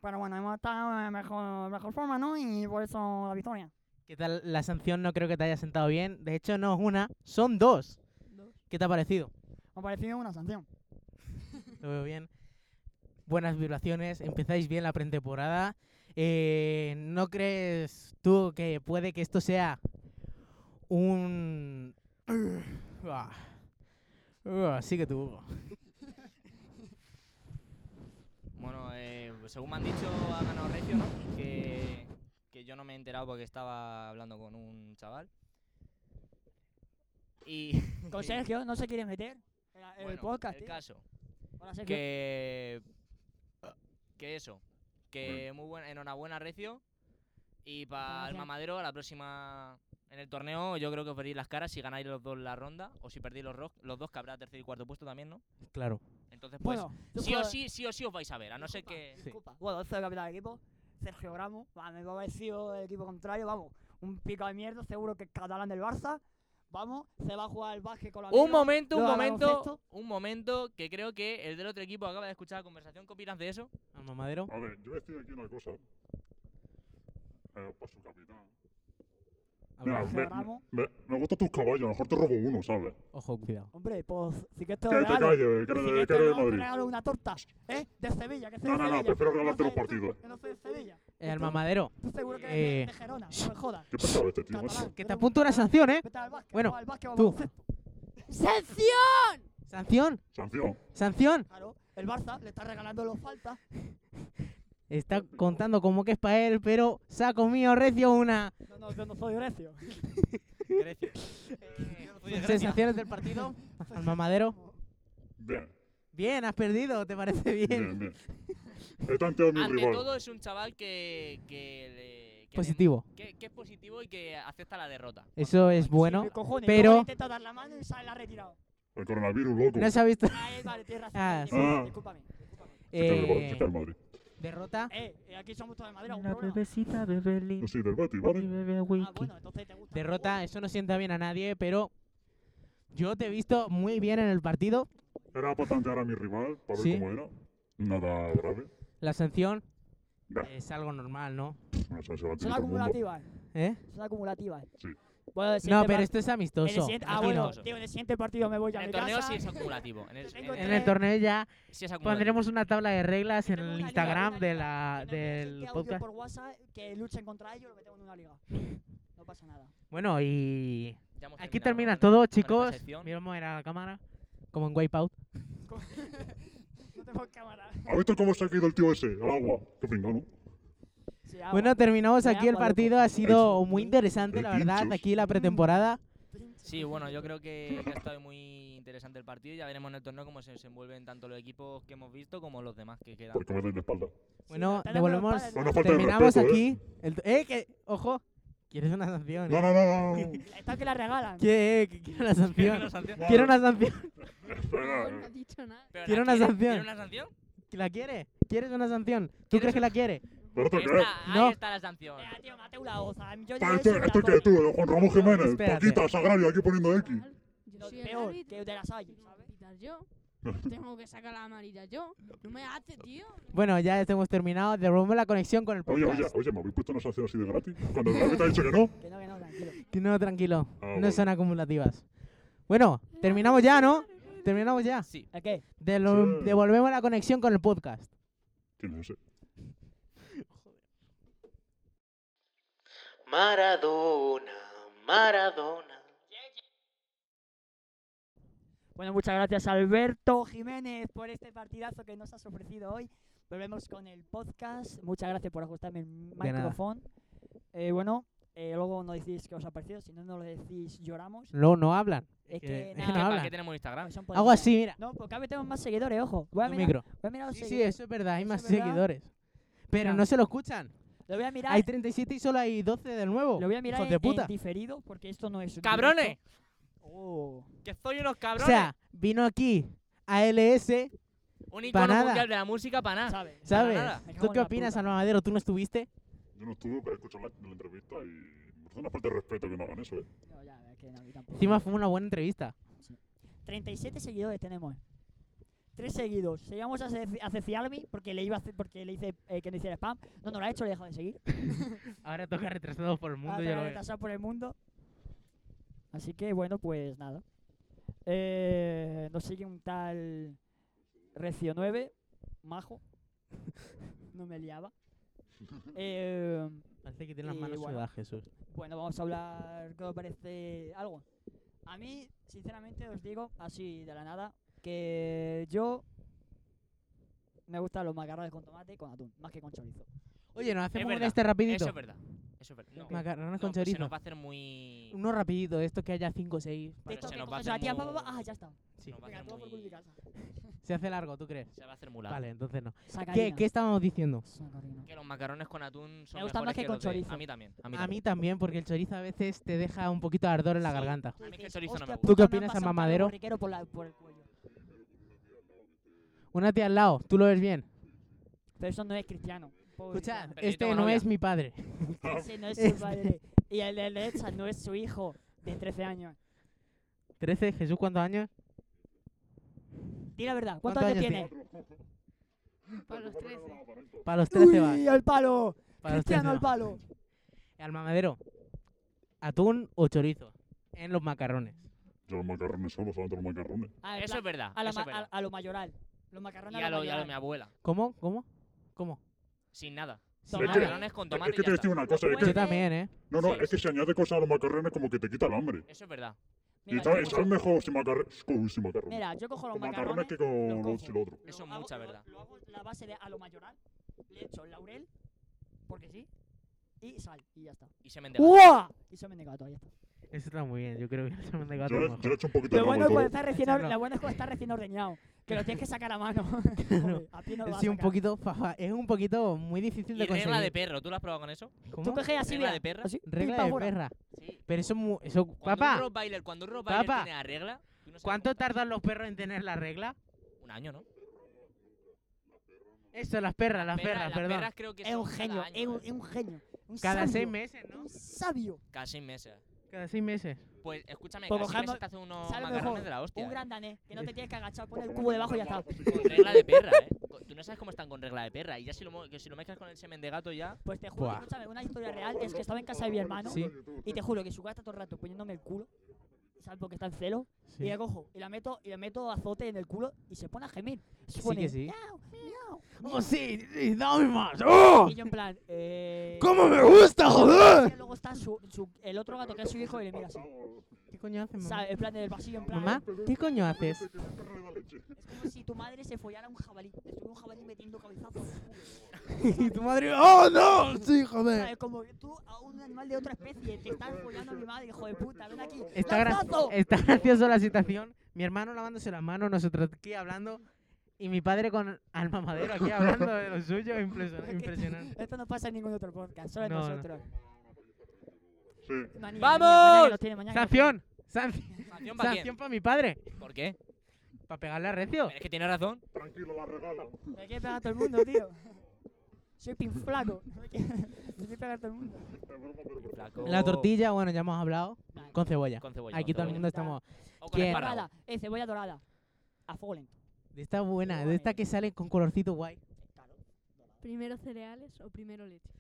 Speaker 12: Pero bueno, hemos estado en mejor, mejor forma, ¿no? Y por eso la victoria.
Speaker 3: ¿Qué tal la sanción? No creo que te haya sentado bien. De hecho, no es una, son dos.
Speaker 7: Dos.
Speaker 3: ¿Qué te ha parecido?
Speaker 12: Me ha parecido una sanción.
Speaker 3: Lo veo bien. Buenas vibraciones. Empezáis bien la pretemporada. Eh, ¿No crees tú que puede que esto sea un... Ah. Ah, sí que tú, Hugo.
Speaker 6: Bueno, eh, según me han dicho, ha ganado Recio, ¿no? Que, que yo no me he enterado porque estaba hablando con un chaval. Y.
Speaker 8: Con Sergio, no se quiere meter. El, el
Speaker 6: Bueno,
Speaker 8: podcast,
Speaker 6: el
Speaker 8: tío.
Speaker 6: caso.
Speaker 8: Hola, Sergio.
Speaker 6: Que. Que eso. Que muy buena. Enhorabuena, Recio. Y para el
Speaker 12: gracias.
Speaker 6: mamadero, a la próxima. En el torneo, yo creo que os veréis las caras si ganáis los dos la ronda. O si perdéis los, ro- los dos, que habrá tercer y cuarto puesto también, ¿no?
Speaker 3: Claro.
Speaker 6: Entonces, pues.
Speaker 8: Bueno,
Speaker 6: sí o sí, sí o sí os vais a ver. A no ser que.
Speaker 3: Sí.
Speaker 8: Disculpa. Bueno, esto es capitán del equipo. Sergio Gramo, va, me ha parecido el equipo contrario, vamos. Un pico de mierda, seguro que es catalán del Barça. Vamos, se va a jugar el básquet con la
Speaker 6: Un momento, un
Speaker 8: Luego
Speaker 6: momento,
Speaker 8: baloncesto.
Speaker 6: un momento, que creo que el del otro equipo acaba de escuchar la conversación. ¿Qué opinas de eso?
Speaker 3: Al mamadero.
Speaker 4: A ver, yo voy a decir aquí una cosa. Eh, para su capitán. Mira,
Speaker 8: Jorge
Speaker 4: me,
Speaker 8: Ramos.
Speaker 4: me, me gustan tus caballos, a lo mejor te robo uno, ¿sabes?
Speaker 3: Ojo, cuidado.
Speaker 8: Hombre, pues sí que esto
Speaker 4: Que
Speaker 8: es
Speaker 4: te calles,
Speaker 8: regalo. Sí
Speaker 4: que
Speaker 8: que
Speaker 4: eres de- que
Speaker 8: esto
Speaker 4: eres de
Speaker 8: no, te
Speaker 4: Madrid.
Speaker 8: regalo una torta, ¿eh? De Sevilla, que soy
Speaker 4: No,
Speaker 8: de
Speaker 4: no, no,
Speaker 8: Sevilla.
Speaker 4: prefiero regalarte
Speaker 8: sé,
Speaker 4: los
Speaker 8: tú,
Speaker 4: partidos.
Speaker 8: Que no soy de Sevilla.
Speaker 3: Eh, al mamadero.
Speaker 8: Tú seguro que
Speaker 3: Eh,
Speaker 8: eres de- de Gerona, no me jodas.
Speaker 4: ¿Qué pensaba este tío? macho?
Speaker 8: Catalán,
Speaker 3: Que te
Speaker 8: eres un
Speaker 3: apunto una
Speaker 8: catalán.
Speaker 3: sanción, ¿eh?
Speaker 8: Vete al básquet,
Speaker 3: Bueno,
Speaker 8: juega al básquet,
Speaker 3: tú.
Speaker 8: vamos,
Speaker 7: ¡Sanción!
Speaker 3: ¿Sanción?
Speaker 4: Sanción.
Speaker 3: ¿Sanción?
Speaker 8: Claro, el Barça le está regalando los faltas.
Speaker 3: Está contando como que es para él, pero se ha comido recio una.
Speaker 8: No, no, yo no soy recio.
Speaker 3: Sensaciones del partido. Al mamadero.
Speaker 4: Bien,
Speaker 3: Bien, has perdido, ¿te parece bien?
Speaker 4: bien, bien. He tanteado a mi
Speaker 6: Ante
Speaker 4: rival.
Speaker 6: todo, es un chaval que. que le- que
Speaker 3: Positivo.
Speaker 6: le- que, que es positivo y que acepta la derrota.
Speaker 3: Eso es bueno.
Speaker 8: Sí, cojones,
Speaker 3: pero-
Speaker 8: luego le intenta dar la mano y sale la ha retirado.
Speaker 4: El coronavirus, loco.
Speaker 3: No se ha visto.
Speaker 8: Ah, eh, vale, tienes razón.
Speaker 3: Ah,
Speaker 8: vale,
Speaker 4: sí.
Speaker 8: discúlpame.
Speaker 4: Se cae el Bar- se
Speaker 3: Eh,
Speaker 4: cae el Madrid.
Speaker 3: derrota.
Speaker 2: Eh, eh, aquí somos todos de madera, un
Speaker 13: La
Speaker 2: problema.
Speaker 13: bebecita bebe
Speaker 4: Yo
Speaker 13: lim
Speaker 4: soy del Bati,
Speaker 13: y
Speaker 4: ¿vale?
Speaker 13: bebe
Speaker 2: Ah,
Speaker 13: wiki.
Speaker 2: bueno, entonces te gusta.
Speaker 3: Derrota, eso no sienta bien a nadie, pero yo te he visto muy bien en el partido.
Speaker 4: Era para tantear a mi rival, para ver
Speaker 3: Sí.
Speaker 4: cómo era. Nada grave.
Speaker 3: La sanción
Speaker 4: Nah.
Speaker 3: es algo normal, ¿no?
Speaker 4: Una chance
Speaker 2: Son
Speaker 4: la tiene todo el mundo.
Speaker 2: acumulativas.
Speaker 3: ¿eh?
Speaker 2: Son acumulativas.
Speaker 4: Sí.
Speaker 2: Bueno, el
Speaker 3: No,
Speaker 2: siguiente
Speaker 3: pero
Speaker 2: par-
Speaker 3: esto es
Speaker 2: en el
Speaker 3: amistoso.
Speaker 2: siguiente- Ah,
Speaker 3: aquí
Speaker 2: bueno,
Speaker 3: no.
Speaker 2: tío, en el siguiente partido me voy a
Speaker 6: En
Speaker 2: mi
Speaker 6: el torneo
Speaker 2: casa.
Speaker 6: sí es acumulativo. En el,
Speaker 2: Te tengo
Speaker 6: en-
Speaker 3: En
Speaker 2: tres.
Speaker 3: el torneo ya
Speaker 6: sí es acumulativo.
Speaker 3: pondremos una tabla de reglas en
Speaker 2: Tenemos
Speaker 3: el
Speaker 2: una liga,
Speaker 3: Instagram
Speaker 2: una
Speaker 3: de
Speaker 2: liga.
Speaker 3: la,
Speaker 2: Tenemos
Speaker 3: del
Speaker 2: gente audio
Speaker 3: podcast.
Speaker 2: por WhatsApp que luchen contra ellos, lo metemos en una liga. No pasa nada.
Speaker 3: Bueno, y
Speaker 6: Ya hemos
Speaker 3: aquí termina
Speaker 6: terminado
Speaker 3: todo,
Speaker 6: con- con esta
Speaker 3: chicos.
Speaker 6: sección.
Speaker 3: Miramos a la cámara, como en Wipeout.
Speaker 2: No tengo cámara.
Speaker 4: ¿Has visto cómo se ha caído el tío ese? Al agua. Qué pringado, ¿no?
Speaker 2: Sí, agua.
Speaker 3: Bueno, terminamos
Speaker 2: Me
Speaker 3: aquí el
Speaker 2: agua, loco.
Speaker 3: partido. Ha sido
Speaker 4: Eso.
Speaker 3: muy interesante,
Speaker 4: El
Speaker 3: la verdad.
Speaker 4: pinchos.
Speaker 3: Aquí la pretemporada.
Speaker 6: Sí, bueno, yo creo que, que ha estado muy interesante el partido. Ya veremos en el torneo cómo se desenvuelven tanto los equipos que hemos visto como los demás que quedan.
Speaker 4: Porque me dais la espalda.
Speaker 3: Bueno,
Speaker 2: tenemos
Speaker 3: devolvemos.
Speaker 2: para el-
Speaker 4: Una Ah, falta de
Speaker 3: Terminamos
Speaker 4: respeto, ¿eh?
Speaker 3: aquí. el- ¡Eh! que- ¡Ojo! ¿Quieres una sanción?
Speaker 4: No,
Speaker 3: eh?
Speaker 4: no, no, no.
Speaker 2: Está que la regalan.
Speaker 3: ¿Qué? ¿Qué- Quiero una sanción.
Speaker 4: no.
Speaker 3: Quiero una sanción.
Speaker 4: Espera,
Speaker 7: no
Speaker 4: eh.
Speaker 7: ha dicho nada.
Speaker 6: Pero
Speaker 3: Quiero
Speaker 6: ¿la
Speaker 3: una
Speaker 6: quiere?
Speaker 3: sanción.
Speaker 6: ¿Quiere una sanción?
Speaker 3: ¿La quiere? ¿Quieres una sanción? ¿Tú crees que la quiere?
Speaker 4: ¿Pero esto
Speaker 6: Ahí
Speaker 4: qué es?
Speaker 6: está,
Speaker 3: No.
Speaker 6: ahí está la sanción.
Speaker 2: Eh, tío, Mateu la oza. Yo
Speaker 4: Pa,
Speaker 2: ya
Speaker 4: ¿Esto,
Speaker 2: soy
Speaker 4: esto
Speaker 2: una
Speaker 4: qué
Speaker 2: torre.
Speaker 4: es, tú? Juan Ramón Jiménez,
Speaker 3: Espérate.
Speaker 4: Paquita, Sagrario, aquí poniendo X.
Speaker 7: Yo
Speaker 2: Lo
Speaker 7: soy el
Speaker 2: peor,
Speaker 7: árbitro,
Speaker 2: que te las hay,
Speaker 7: tengo que
Speaker 2: ¿sabes?
Speaker 7: pitar yo. Tengo que sacar la amarilla yo. No me hace, tío.
Speaker 3: Bueno, ya hemos terminado. Devolvemos la conexión con el
Speaker 4: Oye,
Speaker 3: podcast.
Speaker 4: oye, oye, ¿me habéis puesto una sanción así de gratis? Cuando el árbitro ha dicho que no.
Speaker 2: Que no, que no, tranquilo.
Speaker 3: Que No, tranquilo.
Speaker 4: Ah,
Speaker 3: No
Speaker 4: vale.
Speaker 3: son acumulativas. Bueno, terminamos ya, ¿no? Terminamos ya.
Speaker 6: Sí.
Speaker 2: ¿El qué?
Speaker 3: De lo-
Speaker 4: Sí.
Speaker 3: Devolvemos la conexión con el podcast.
Speaker 4: ¿Quién es ese?
Speaker 5: Maradona, Maradona.
Speaker 2: Bueno, muchas gracias Alberto Jiménez por este partidazo que nos has ofrecido hoy. Volvemos con el podcast. Muchas gracias por ajustarme el
Speaker 3: nada.
Speaker 2: micrófono. Eh, bueno, eh, luego nos decís qué os ha parecido. Si no nos lo decís, lloramos.
Speaker 3: Luego no hablan.
Speaker 2: Es
Speaker 3: que-
Speaker 2: que,
Speaker 3: es que
Speaker 2: nada,
Speaker 3: no
Speaker 6: ¿Para
Speaker 3: hablan.
Speaker 6: qué tenemos Instagram?
Speaker 2: son
Speaker 3: Hago
Speaker 2: políticas.
Speaker 3: así, mira.
Speaker 2: No, porque cada vez tenemos más seguidores, ojo. Voy a
Speaker 3: tu
Speaker 2: mirar,
Speaker 3: micro.
Speaker 2: voy a mirar los
Speaker 3: Sí, sí,
Speaker 2: seguidores.
Speaker 3: eso es verdad. Hay
Speaker 2: Eso
Speaker 3: más
Speaker 2: es verdad.
Speaker 3: seguidores. Pero
Speaker 2: Ya.
Speaker 3: no se lo escuchan.
Speaker 2: Lo voy a mirar,
Speaker 3: Hay 37 y solo hay 12 del nuevo.
Speaker 2: lo voy a mirar
Speaker 3: Hijos
Speaker 2: en,
Speaker 3: de
Speaker 2: en
Speaker 3: puta.
Speaker 2: diferido porque esto no es...
Speaker 6: ¡Cabrones!
Speaker 2: directo. Oh.
Speaker 6: ¡Que soy unos
Speaker 3: O
Speaker 6: cabrones!
Speaker 3: sea, vino aquí ALS,
Speaker 6: un icono
Speaker 3: nada.
Speaker 6: mundial de la música para nada.
Speaker 2: ¿Sabes?
Speaker 3: ¿sabes?
Speaker 6: nada.
Speaker 2: Me cago
Speaker 3: ¿Tú
Speaker 2: en
Speaker 3: qué
Speaker 2: la
Speaker 3: opinas,
Speaker 2: puta.
Speaker 3: Alma Madero? ¿Tú no estuviste?
Speaker 4: Yo no estuve para escuchar la, la entrevista y me parece una falta de respeto que no hagan eso, ¿eh?
Speaker 2: No, ya, es que no, yo tampoco.
Speaker 3: Encima fue una buena entrevista.
Speaker 2: 37 seguidores tenemos. Tres seguidos. Seguimos a, Ce- a Cecialmi porque le iba a hacer- porque le hice eh, que no hiciera spam. No, no lo ha hecho, le he dejado de seguir. Ah,
Speaker 3: Ahora toca retrasados por el mundo.
Speaker 2: Ahora
Speaker 3: yo
Speaker 2: te
Speaker 3: lo
Speaker 2: va a
Speaker 3: veo.
Speaker 2: retrasar por el mundo. Así que bueno, pues nada. Eh, nos sigue un tal Recio 9, majo. No me liaba. Eh,
Speaker 3: Parece que tiene las
Speaker 2: Y
Speaker 3: manos
Speaker 2: bueno.
Speaker 3: sudadas, Jesús.
Speaker 2: Bueno, vamos a hablar, ¿qué os parece algo? A mí, sinceramente, os digo, así de la nada, que yo me gustan los macarrones con tomate y con atún, más que con chorizo.
Speaker 3: Oye, nos hacemos un
Speaker 6: verdad,
Speaker 3: este rapidito.
Speaker 6: Eso es verdad. Eso es verdad. No,
Speaker 3: Macarrones
Speaker 6: no,
Speaker 3: con
Speaker 6: pues se
Speaker 3: chorizo.
Speaker 6: nos va a hacer muy...
Speaker 3: Uno rapidito, esto que haya 5 o 6.
Speaker 6: Pero
Speaker 2: Esto
Speaker 6: se
Speaker 2: que
Speaker 6: nos va a
Speaker 2: coges a la
Speaker 6: hacer
Speaker 2: tía, pa,
Speaker 6: muy-
Speaker 2: pa, pa, ah, ya está.
Speaker 6: se nos va a
Speaker 2: Venga,
Speaker 6: hacer
Speaker 2: todo por culo de
Speaker 6: muy...
Speaker 2: casa.
Speaker 3: Se hace largo, ¿tú crees?
Speaker 6: Se va a hacer muy largo.
Speaker 3: Vale, entonces no. ¿Qué,
Speaker 2: Sacarina.
Speaker 3: ¿Qué estábamos diciendo?
Speaker 2: Sacarina.
Speaker 6: Que los macarrones con atún son
Speaker 2: Me gustan
Speaker 6: mejores
Speaker 2: más que con
Speaker 6: los de-
Speaker 2: chorizo.
Speaker 6: A mí también.
Speaker 3: A
Speaker 6: A mí,
Speaker 3: mí
Speaker 6: también.
Speaker 3: también, porque el chorizo a veces te deja un poquito de ardor en la
Speaker 6: Sí.
Speaker 3: garganta.
Speaker 6: A mí es que el
Speaker 2: Dices,
Speaker 6: chorizo no me
Speaker 2: "Hostia,
Speaker 6: gusta.
Speaker 3: ¿Tú qué
Speaker 2: puta, me han
Speaker 3: opinas,
Speaker 2: pasado
Speaker 3: Ama
Speaker 2: un calor
Speaker 3: Madero?
Speaker 2: borriquero por, la- por el cuello.
Speaker 3: Una tía al lado, tú lo ves bien.
Speaker 2: Pero eso no es cristiano. pobre
Speaker 3: Escuchad,
Speaker 2: cristiano.
Speaker 6: Pero yo
Speaker 3: este
Speaker 6: tengo
Speaker 3: no
Speaker 6: novia.
Speaker 3: es mi padre.
Speaker 2: Ese no es su padre. Y el de derecha no es su hijo de 13 años.
Speaker 3: 13, Jesús, ¿cuántos años?
Speaker 2: Di la verdad,
Speaker 3: ¿Cuántos
Speaker 2: ¿cuántos años
Speaker 3: años
Speaker 2: tiene?
Speaker 7: Para los ¿eh? 13.
Speaker 3: Para los 13 va.
Speaker 2: ¡Uy, al palo!
Speaker 3: Para los 13
Speaker 2: Cristiano al
Speaker 3: va.
Speaker 2: palo.
Speaker 3: Al mamadero, ¿atún o chorizo? En los macarrones.
Speaker 4: Yo los macarrones solo, solamente los macarrones.
Speaker 2: A,
Speaker 6: Eso es verdad.
Speaker 2: a, la
Speaker 6: eso
Speaker 2: ma-
Speaker 6: es verdad.
Speaker 2: a- a lo mayoral. Los macarrones
Speaker 6: Y
Speaker 2: a
Speaker 6: a
Speaker 2: lo
Speaker 6: lo, y a lo
Speaker 2: mayoral.
Speaker 6: mi abuela.
Speaker 3: ¿Cómo? ¿Cómo? ¿Cómo?
Speaker 6: Sin nada.
Speaker 3: Sin
Speaker 4: Es que-
Speaker 3: nada.
Speaker 6: Macarrones con
Speaker 4: Es
Speaker 6: tomate
Speaker 4: que
Speaker 6: y ya
Speaker 4: te
Speaker 6: está.
Speaker 4: digo una cosa, es
Speaker 2: Pues
Speaker 3: Yo
Speaker 4: que,
Speaker 3: también, ¿eh?
Speaker 4: no, no,
Speaker 6: Sí.
Speaker 4: es que si añades cosas a los macarrones como que te quita el hambre.
Speaker 6: Eso es verdad.
Speaker 4: Y
Speaker 2: Mira,
Speaker 4: está-
Speaker 2: yo
Speaker 4: y
Speaker 2: cojo-
Speaker 4: sabe mejor sin macarrones, con, sin macarrones.
Speaker 2: mira, yo cojo los
Speaker 4: con macarrones
Speaker 2: macarrones.
Speaker 4: que con
Speaker 2: los
Speaker 4: lo,
Speaker 2: cojo.
Speaker 4: sin lo otro.
Speaker 6: Eso
Speaker 2: lo
Speaker 6: es
Speaker 2: hago-
Speaker 6: mucha
Speaker 2: lo-
Speaker 6: verdad.
Speaker 2: Lo hago la base de a lo mayoral. Le echo laurel, porque sí, y sal, y ya está.
Speaker 6: Y se me
Speaker 2: ¡Uah! Y se me negato, ya está.
Speaker 3: Eso está muy bien, yo creo que eso me
Speaker 4: Yo, le- yo le
Speaker 3: mejor.
Speaker 4: echo un poquito de
Speaker 2: Lo
Speaker 4: rabo
Speaker 2: bueno,
Speaker 4: a
Speaker 2: es cuando
Speaker 4: todo.
Speaker 2: está recién,
Speaker 3: Echarlo.
Speaker 2: lo bueno es cuando está recién ordeñado. Que lo tienes que sacar a mano. Joder, a ti no lo vas a
Speaker 3: Sí, un
Speaker 2: sacar.
Speaker 3: poquito, fafa- es un poquito muy difícil
Speaker 6: Y
Speaker 3: de conseguir.
Speaker 6: regla de perro. ¿Tú lo has probado con eso?
Speaker 3: ¿Cómo?
Speaker 2: Tú coges así,
Speaker 6: ¿Regla
Speaker 2: mira,
Speaker 6: de perra?
Speaker 2: así, pim,
Speaker 3: Regla
Speaker 2: pam,
Speaker 3: de
Speaker 2: fuera.
Speaker 3: perra.
Speaker 6: Sí.
Speaker 3: Pero eso es mu- eso
Speaker 6: Cuando
Speaker 3: papá,
Speaker 6: un rottweiler, cuando un rottweiler
Speaker 3: Papá.
Speaker 6: tiene la regla... tú no sabes
Speaker 3: ¿cuánto
Speaker 6: cómo está.
Speaker 3: tardan los perros en tener la regla?
Speaker 6: Un año, ¿no?
Speaker 3: Eso, las perras, las
Speaker 6: Perra-
Speaker 3: perras,
Speaker 6: las
Speaker 3: perdón.
Speaker 6: perras creo que
Speaker 2: Es
Speaker 6: son
Speaker 2: un genio,
Speaker 6: cada año,
Speaker 2: es un,
Speaker 6: ¿eh?
Speaker 2: es un genio. Un
Speaker 3: Cada
Speaker 2: sabio,
Speaker 3: seis meses, ¿no?
Speaker 2: Un sabio.
Speaker 6: Cada seis meses.
Speaker 3: Cada seis meses.
Speaker 6: Pues escúchame,
Speaker 2: Pues
Speaker 6: cada seis
Speaker 2: cogemos-
Speaker 6: meses te hacen unos
Speaker 2: ¿sabes lo
Speaker 6: macarrones
Speaker 2: mejor?
Speaker 6: de la hostia.
Speaker 2: Un
Speaker 6: ¿eh?
Speaker 2: gran danés, que no te tienes que agachar, poner el cubo debajo y ya está.
Speaker 6: Con regla de perra, ¿eh? Con- Tú no sabes cómo están con regla de perra. Y ya si lo, mo- que si lo mezclas con el semen de gato ya...
Speaker 2: Pues te juro,
Speaker 3: Buah.
Speaker 2: escúchame, una historia real es que estaba en casa de mi hermano
Speaker 3: Sí.
Speaker 2: y te juro que su casa todo el rato poniéndome el culo, ¿sabes? Porque está en celo, y la cojo y la meto y la meto azote en el culo y se pone a gemir. Se
Speaker 3: Sí
Speaker 2: pone,
Speaker 3: que sí.
Speaker 2: "Miau, miau".
Speaker 3: ¡Oh, sí! sí, ¡Dame más! ¡Oh!
Speaker 2: Y yo en plan, eh...
Speaker 3: ¡Cómo me gusta,
Speaker 2: Y
Speaker 3: joder!
Speaker 2: luego está su, su- el otro gato que es su hijo y le mira así.
Speaker 3: ¿Qué coño haces, mamá?
Speaker 2: ¿Sabes? En plan, del pasillo, en plan...
Speaker 3: Mamá, ¿qué coño haces?
Speaker 2: Es como si tu madre se follara a un jabalí. Estuvo un jabalí metiendo cabezazos.
Speaker 3: y tu madre... ¡Oh, no! Sí, joder.
Speaker 2: ¿Sabes? Como tú a un animal de otra especie te estás follando a mi madre, hijo de puta. Ven aquí.
Speaker 3: Está, gra-
Speaker 2: ¡Lanzazo!
Speaker 3: está gracioso la situación. Mi hermano lavándose las manos, nosotros aquí hablando. Y mi padre con alma madera aquí hablando de lo suyo. impresion- Impresionante.
Speaker 2: Esto no pasa en ningún otro podcast, solo en
Speaker 3: No, no.
Speaker 2: nosotros.
Speaker 4: Sí.
Speaker 2: Manía, manía,
Speaker 6: ¡Vamos!
Speaker 2: mañana que nos tiene, mañana que nos tiene.
Speaker 3: ¡Sanción! ¡Sanción,
Speaker 6: ¿Sanción para quién?
Speaker 3: sanción para mi padre!
Speaker 6: ¿Por qué?
Speaker 3: ¿Para pegarle a Recio?
Speaker 6: Pero es que tiene razón.
Speaker 4: Tranquilo, la regalo.
Speaker 2: Me quiere pegar a todo el mundo, tío. Soy pinflaco. Me quiere me quiere pegar a todo el mundo.
Speaker 4: Es broma, pero broma.
Speaker 6: Flaco.
Speaker 3: La tortilla, bueno, ya hemos hablado. Con cebolla.
Speaker 6: Oh. Con cebolla.
Speaker 3: Aquí todo
Speaker 6: con
Speaker 3: el
Speaker 6: cebolla.
Speaker 3: mundo estamos...
Speaker 6: O con
Speaker 3: ¿Quién?
Speaker 6: espárrago.
Speaker 2: Dorada, eh, cebolla dorada. A fuego lento.
Speaker 3: De esta buena, de esta que sale con colorcito guay.
Speaker 2: Claro.
Speaker 7: ¿Primero cereales o primero leche?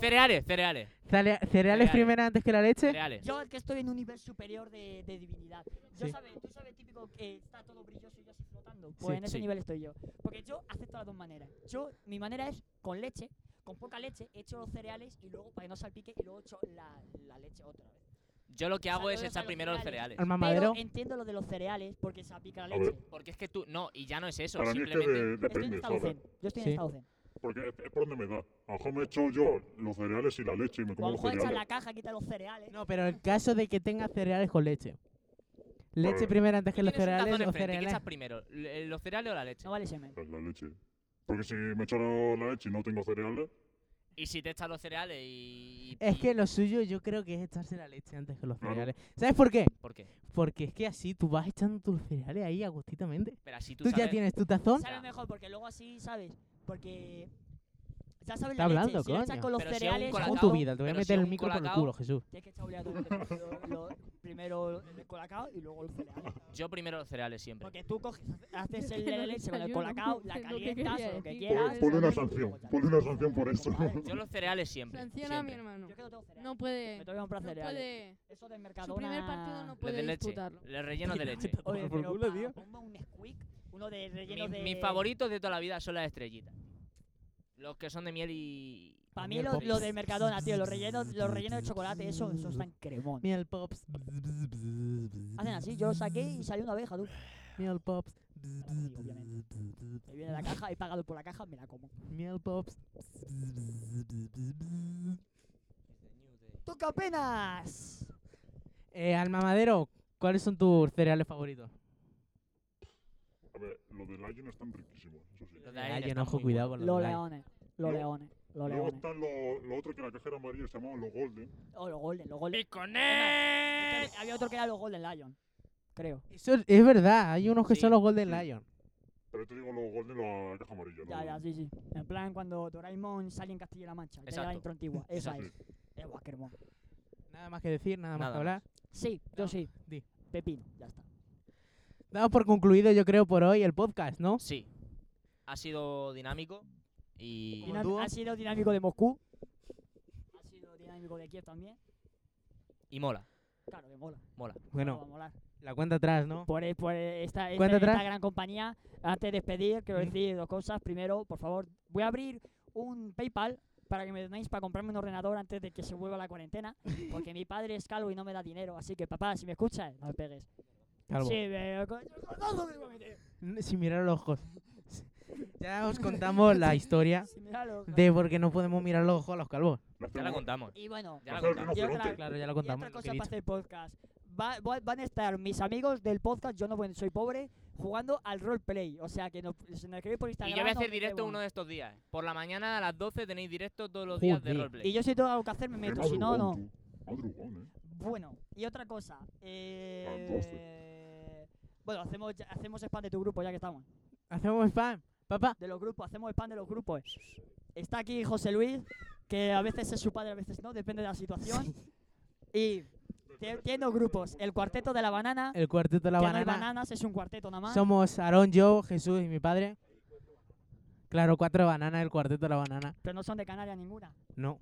Speaker 6: Cereales, cereales.
Speaker 3: Sale- ¿Cereales
Speaker 6: Cereales.
Speaker 3: primero antes que la leche?
Speaker 6: Cereales.
Speaker 2: Yo es que estoy en un nivel superior de, de divinidad. Yo
Speaker 3: Sí.
Speaker 2: sabes, tú sabes típico que está todo brilloso y yo así flotando. Pues
Speaker 3: Sí,
Speaker 2: en ese
Speaker 6: sí.
Speaker 2: nivel estoy yo. Porque yo acepto las dos maneras. Yo, mi manera es con leche, con poca leche, echo los cereales y luego para que no salpique y luego echo la, la leche otra vez.
Speaker 6: Yo lo que hago
Speaker 2: Saludos
Speaker 6: es
Speaker 2: a
Speaker 6: echar
Speaker 2: los
Speaker 6: primero los
Speaker 2: cereales.
Speaker 6: cereales.
Speaker 3: Alma
Speaker 2: Pero
Speaker 3: madero.
Speaker 2: entiendo lo de los cereales porque salpica la
Speaker 4: A
Speaker 2: leche.
Speaker 6: Porque es que tú. No, y ya no es eso.
Speaker 4: Para mí es que
Speaker 6: simplemente.
Speaker 4: de-
Speaker 2: Estoy en
Speaker 4: depende,
Speaker 2: estado
Speaker 4: ¿sabes?
Speaker 2: zen. Yo estoy en
Speaker 3: Sí.
Speaker 2: estado zen.
Speaker 4: Porque es, es por donde me da. A lo mejor me echo yo los cereales y la leche y me
Speaker 2: O a
Speaker 4: como
Speaker 2: lo
Speaker 4: los
Speaker 2: mejor echas la
Speaker 4: cereales.
Speaker 2: caja, quita los cereales.
Speaker 3: No, pero el caso de que tenga cereales con leche. Leche
Speaker 4: Vale.
Speaker 3: primero antes
Speaker 6: Tú
Speaker 3: que los
Speaker 6: tienes un tazón
Speaker 3: cereales o
Speaker 6: enfrente, ¿Qué
Speaker 3: cereales.
Speaker 6: echas primero? l- eh, ¿Los cereales o la leche?
Speaker 2: No vale semen.
Speaker 4: Pues La leche. Porque si me echo la leche y no tengo cereales,
Speaker 6: Y si te echas los cereales y.
Speaker 3: Es
Speaker 6: y-
Speaker 3: que lo suyo yo creo que es echarse la leche antes que los
Speaker 4: Claro.
Speaker 3: cereales. ¿Sabes por qué?
Speaker 6: ¿Por qué?
Speaker 3: Porque es que así tú vas echando tus cereales ahí agustitamente.
Speaker 6: Pero así tú,
Speaker 3: Tú, ya
Speaker 6: sabes-
Speaker 3: tienes tu tazón.
Speaker 2: Sabe mejor porque luego así, ¿sabes? Porque. Ya sabes
Speaker 3: Está
Speaker 2: la leche,
Speaker 3: hablando,
Speaker 2: si la echas
Speaker 3: coño.
Speaker 2: con los
Speaker 6: Pero si es un
Speaker 2: cereales,
Speaker 3: Según
Speaker 6: colacao,
Speaker 3: tu vida, te voy a
Speaker 6: pero
Speaker 3: meter
Speaker 6: si
Speaker 3: el
Speaker 6: un
Speaker 3: micro por el
Speaker 6: colacao-
Speaker 3: culo, Jesús.
Speaker 2: Tienes que echar obligatorio lo- lo- primero el colacao y luego el cereal.
Speaker 6: Yo primero los cereales siempre.
Speaker 2: Porque tú coges, haces el
Speaker 7: Que no
Speaker 2: de la leche con el
Speaker 7: desayuno,
Speaker 2: colacao, la
Speaker 7: es lo que
Speaker 2: calientas
Speaker 7: quería
Speaker 2: o lo que
Speaker 7: decir.
Speaker 2: quieras.
Speaker 4: Pon- pues ponle una
Speaker 2: ¿sabes?
Speaker 4: sanción, ponle una sanción por eso.
Speaker 2: Compadre,
Speaker 6: Yo los cereales siempre.
Speaker 7: Sanciona a mi
Speaker 6: siempre.
Speaker 7: hermano.
Speaker 2: Yo que no tengo cereal.
Speaker 7: No
Speaker 2: Me
Speaker 7: puede.
Speaker 2: tengo que comprar
Speaker 7: No
Speaker 2: cereales.
Speaker 7: puede.
Speaker 2: Eso del
Speaker 7: Su
Speaker 2: mercadona.
Speaker 7: primer partido no
Speaker 6: Los de
Speaker 7: puede
Speaker 6: leche.
Speaker 7: disputarlo.
Speaker 6: Los rellenos de leche.
Speaker 2: Oye,
Speaker 3: por
Speaker 2: pero
Speaker 3: culo,
Speaker 2: pa-
Speaker 3: tío.
Speaker 2: ponme un squeak, uno de relleno
Speaker 6: Mi-
Speaker 2: de...
Speaker 6: Mis favoritos de toda la vida son las estrellitas. Los que son de miel y.
Speaker 2: Para
Speaker 3: Miel
Speaker 2: mí lo,
Speaker 3: Pops.
Speaker 2: lo del mercadona, tío, los rellenos, los rellenos de chocolate, eso, eso está en cremón.
Speaker 3: Miel pops.
Speaker 2: Hacen así, yo lo saqué y salió una abeja, tú.
Speaker 3: Miel pops.
Speaker 2: Sí, obviamente. Me viene la caja, he pagado por la caja, me la como.
Speaker 3: Miel pops.
Speaker 2: ¡Toca apenas!
Speaker 3: Eh, Alma Madero, ¿cuáles son tus cereales favoritos?
Speaker 4: A ver, los del Lion están riquísimos, eso sí.
Speaker 6: Los de
Speaker 3: Ah,
Speaker 6: ahí
Speaker 3: yo
Speaker 6: están
Speaker 3: no ojo,
Speaker 6: muy
Speaker 3: cuidado con
Speaker 6: buenos.
Speaker 2: Los
Speaker 3: los like.
Speaker 2: leones, los
Speaker 4: Luego-
Speaker 2: leones, los
Speaker 4: Luego
Speaker 2: leones.
Speaker 4: están los los otros que la caja era amarilla, se llamaban los Golden.
Speaker 2: Oh, los golden, los golden.
Speaker 6: ¡Y con
Speaker 2: Es
Speaker 6: él!
Speaker 2: que Había otro que era los golden lion, creo.
Speaker 3: Eso es- es verdad, hay unos que
Speaker 6: Sí,
Speaker 3: son los Golden
Speaker 4: sí.
Speaker 3: Lion.
Speaker 4: Pero yo te digo los Golden, la caja amarilla.
Speaker 2: Ya,
Speaker 4: ¿no?
Speaker 2: ya, sí, sí. En plan, cuando Doraemon sale en Castilla-La Mancha, que era la
Speaker 6: Exacto.
Speaker 2: intro antigua. Esa
Speaker 4: Sí.
Speaker 2: es. Eh, guau, qué hermoso.
Speaker 3: Nada más que decir, nada más
Speaker 6: Nada
Speaker 3: que hablar.
Speaker 2: Sí, yo
Speaker 3: No,
Speaker 2: sí.
Speaker 3: di.
Speaker 2: Pepino, ya está.
Speaker 3: Damos por concluido, yo creo, por hoy el podcast, ¿no?
Speaker 6: Sí. Ha sido dinámico y.
Speaker 3: Como
Speaker 2: Dinam-
Speaker 3: dúo.
Speaker 2: ha sido dinámico de Moscú. Ha sido dinámico de Kiev también.
Speaker 6: Y mola,
Speaker 2: Claro, que mola.
Speaker 6: mola.
Speaker 2: Bueno. Va a
Speaker 3: Bueno,
Speaker 2: molar.
Speaker 3: la cuenta atrás, ¿no?
Speaker 2: por, eh, por eh, esta, esta-
Speaker 3: Cuenta
Speaker 2: esta
Speaker 3: atrás.
Speaker 2: gran compañía. Antes de despedir, quiero
Speaker 3: Mm.
Speaker 2: decir dos cosas. Primero, por favor, voy a abrir un PayPal para que me denéis para comprarme un ordenador antes de que se vuelva la cuarentena, porque mi padre es calvo y no me da dinero. Así que, papá, si me escuchas, no me pegues.
Speaker 3: Calvo.
Speaker 2: Sí, me- co- coñazo que me voy a meter.
Speaker 3: N- Sin mirar los ojos. ya os contamos la historia
Speaker 2: Si me da lo-
Speaker 3: de por qué no podemos mirar los ojos a los calvos.
Speaker 4: La
Speaker 6: Ya la
Speaker 4: tengo-
Speaker 6: contamos.
Speaker 2: Y bueno,
Speaker 6: Ya la
Speaker 4: Hacer el
Speaker 6: contamos.
Speaker 4: rinoceronte.
Speaker 3: Claro, ya lo
Speaker 2: y
Speaker 3: contamos.
Speaker 2: otra
Speaker 3: lo que
Speaker 2: cosa
Speaker 3: he dicho.
Speaker 2: para hacer podcast. Va- va- van a estar mis amigos del podcast, yo no voy- soy pobre, jugando al roleplay. O sea, que nos, si nos escribís por
Speaker 6: Y
Speaker 2: Instagram.
Speaker 6: yo voy a
Speaker 2: os
Speaker 6: hacer
Speaker 2: metemos.
Speaker 6: directo uno de estos días. eh. Por la mañana a las 12 tenéis directo todos los días de
Speaker 3: Joder.
Speaker 6: roleplay.
Speaker 2: Y yo si tengo algo que hacer, me
Speaker 4: Qué
Speaker 2: meto. Si no, no.
Speaker 4: madrugón, tú. Madrugón, eh.
Speaker 2: Bueno, y otra cosa. Eh... Bueno, hacemos, ya- hacemos spam de tu grupo ya que estamos.
Speaker 3: Hacemos spam. Papá,
Speaker 2: de los grupos, hacemos el pan de los grupos. Está aquí José Luis, que a veces es su padre, a veces no, depende de la situación. Y te- tiene dos grupos, el cuarteto de la banana,
Speaker 3: el cuarteto de la
Speaker 2: que
Speaker 3: banana.
Speaker 2: no hay bananas, es un cuarteto nada más.
Speaker 3: Somos Aarón, yo, Jesús y mi padre. Claro, cuatro bananas, el cuarteto de la banana.
Speaker 2: Pero no son de Canarias ninguna,
Speaker 3: No.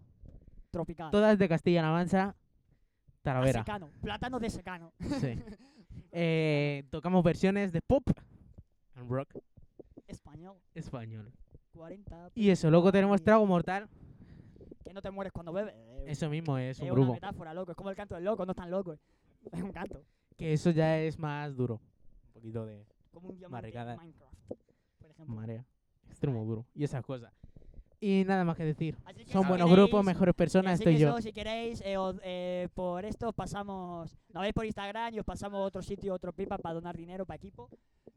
Speaker 2: tropical.
Speaker 3: Todas de Castilla-La Mancha,
Speaker 2: A
Speaker 3: Talavera.
Speaker 2: secano, plátano de secano.
Speaker 3: Sí. Eh, tocamos versiones de pop and rock
Speaker 2: Español,
Speaker 3: español.
Speaker 2: 40.
Speaker 3: Y eso, luego tenemos
Speaker 2: Sí.
Speaker 3: Trago Mortal.
Speaker 2: Que no te mueres cuando bebes. eh,
Speaker 3: Eso mismo es
Speaker 2: es
Speaker 3: un
Speaker 2: una
Speaker 3: grupo.
Speaker 2: metáfora, loco. Es como el canto del loco, no están locos. Es un canto.
Speaker 3: Que eso ya es más duro. Un poquito de
Speaker 2: Como un diamante en
Speaker 3: Barricada.
Speaker 2: Minecraft, por ejemplo.
Speaker 3: marea. Extremo duro. Y esas cosas. Y nada más que decir.
Speaker 2: Así que
Speaker 3: Son
Speaker 2: si
Speaker 3: buenos
Speaker 2: queréis-
Speaker 3: grupos, mejores personas,
Speaker 2: Así
Speaker 3: estoy
Speaker 2: que
Speaker 3: yo.
Speaker 2: eso, si queréis, eh, os- eh, por esto os pasamos, nos veis por Instagram y os pasamos a otro sitio, otro pipa para donar dinero para equipo.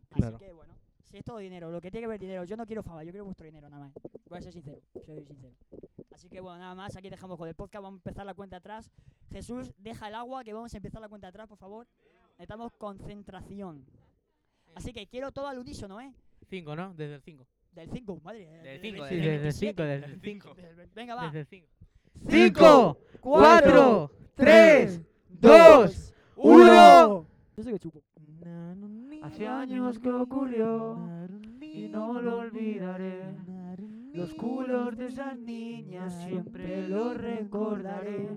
Speaker 2: Así
Speaker 3: Claro.
Speaker 2: que bueno, si es todo dinero, lo que tiene que ver dinero, yo no quiero fama, yo quiero vuestro dinero nada más. Voy a ser sincero, soy sincero. Así que bueno, nada más, aquí dejamos con el podcast, vamos a empezar la cuenta atrás. Jesús, deja el agua que vamos a empezar la cuenta atrás, por favor. Necesitamos concentración. Así que quiero todo al unísono, ¿eh?
Speaker 3: Cinco, ¿no? Desde el cinco.
Speaker 2: Del 5, madre.
Speaker 6: Del cinco,
Speaker 3: Sí,
Speaker 6: Desde el
Speaker 3: desde el cinco, desde el
Speaker 6: Del
Speaker 3: cinco.
Speaker 6: cinco.
Speaker 2: del- Venga, va.
Speaker 3: Desde el cinco.
Speaker 2: Cinco,
Speaker 3: cuatro,
Speaker 1: tres,
Speaker 3: dos,
Speaker 1: uno.
Speaker 2: Yo sé que chupo.
Speaker 1: Hace años que ocurrió y no lo olvidaré. Los culos de esas niñas siempre los recordaré.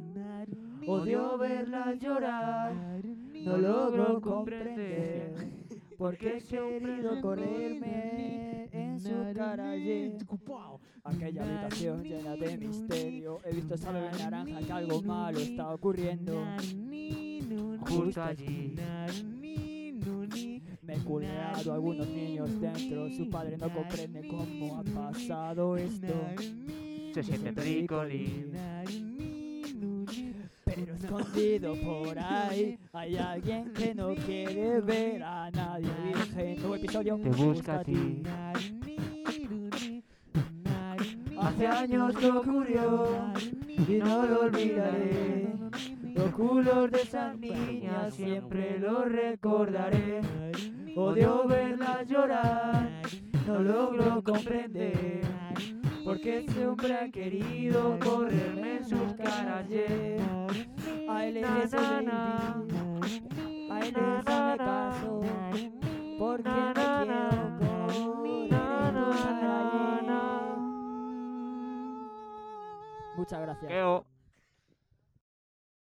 Speaker 1: Odio verlas llorar, no logro comprender por qué he querido correrme en su cara ayer.
Speaker 2: Aquella habitación llena de misterio. He visto esa bebé naranja que algo malo está ocurriendo.
Speaker 1: Justo allí.
Speaker 2: Me he culeado a algunos niños dentro. Su padre no comprende cómo ha pasado esto.
Speaker 1: Se siente tricolín.
Speaker 2: Pero escondido por ahí hay alguien que no quiere ver a nadie virgen. Nuevo episodio.
Speaker 1: Te busca a ti. Hace años que ocurrió y no lo olvidaré. Los culos de esas niñas siempre los recordaré. Odio verlas llorar, no logro comprender. Porque ese hombre ha querido correrme en sus caras. yeah.
Speaker 2: A él es ese baby. A él es ese caso. Porque me quiero correr en tus caras, yeah. Muchas gracias.
Speaker 1: Queo.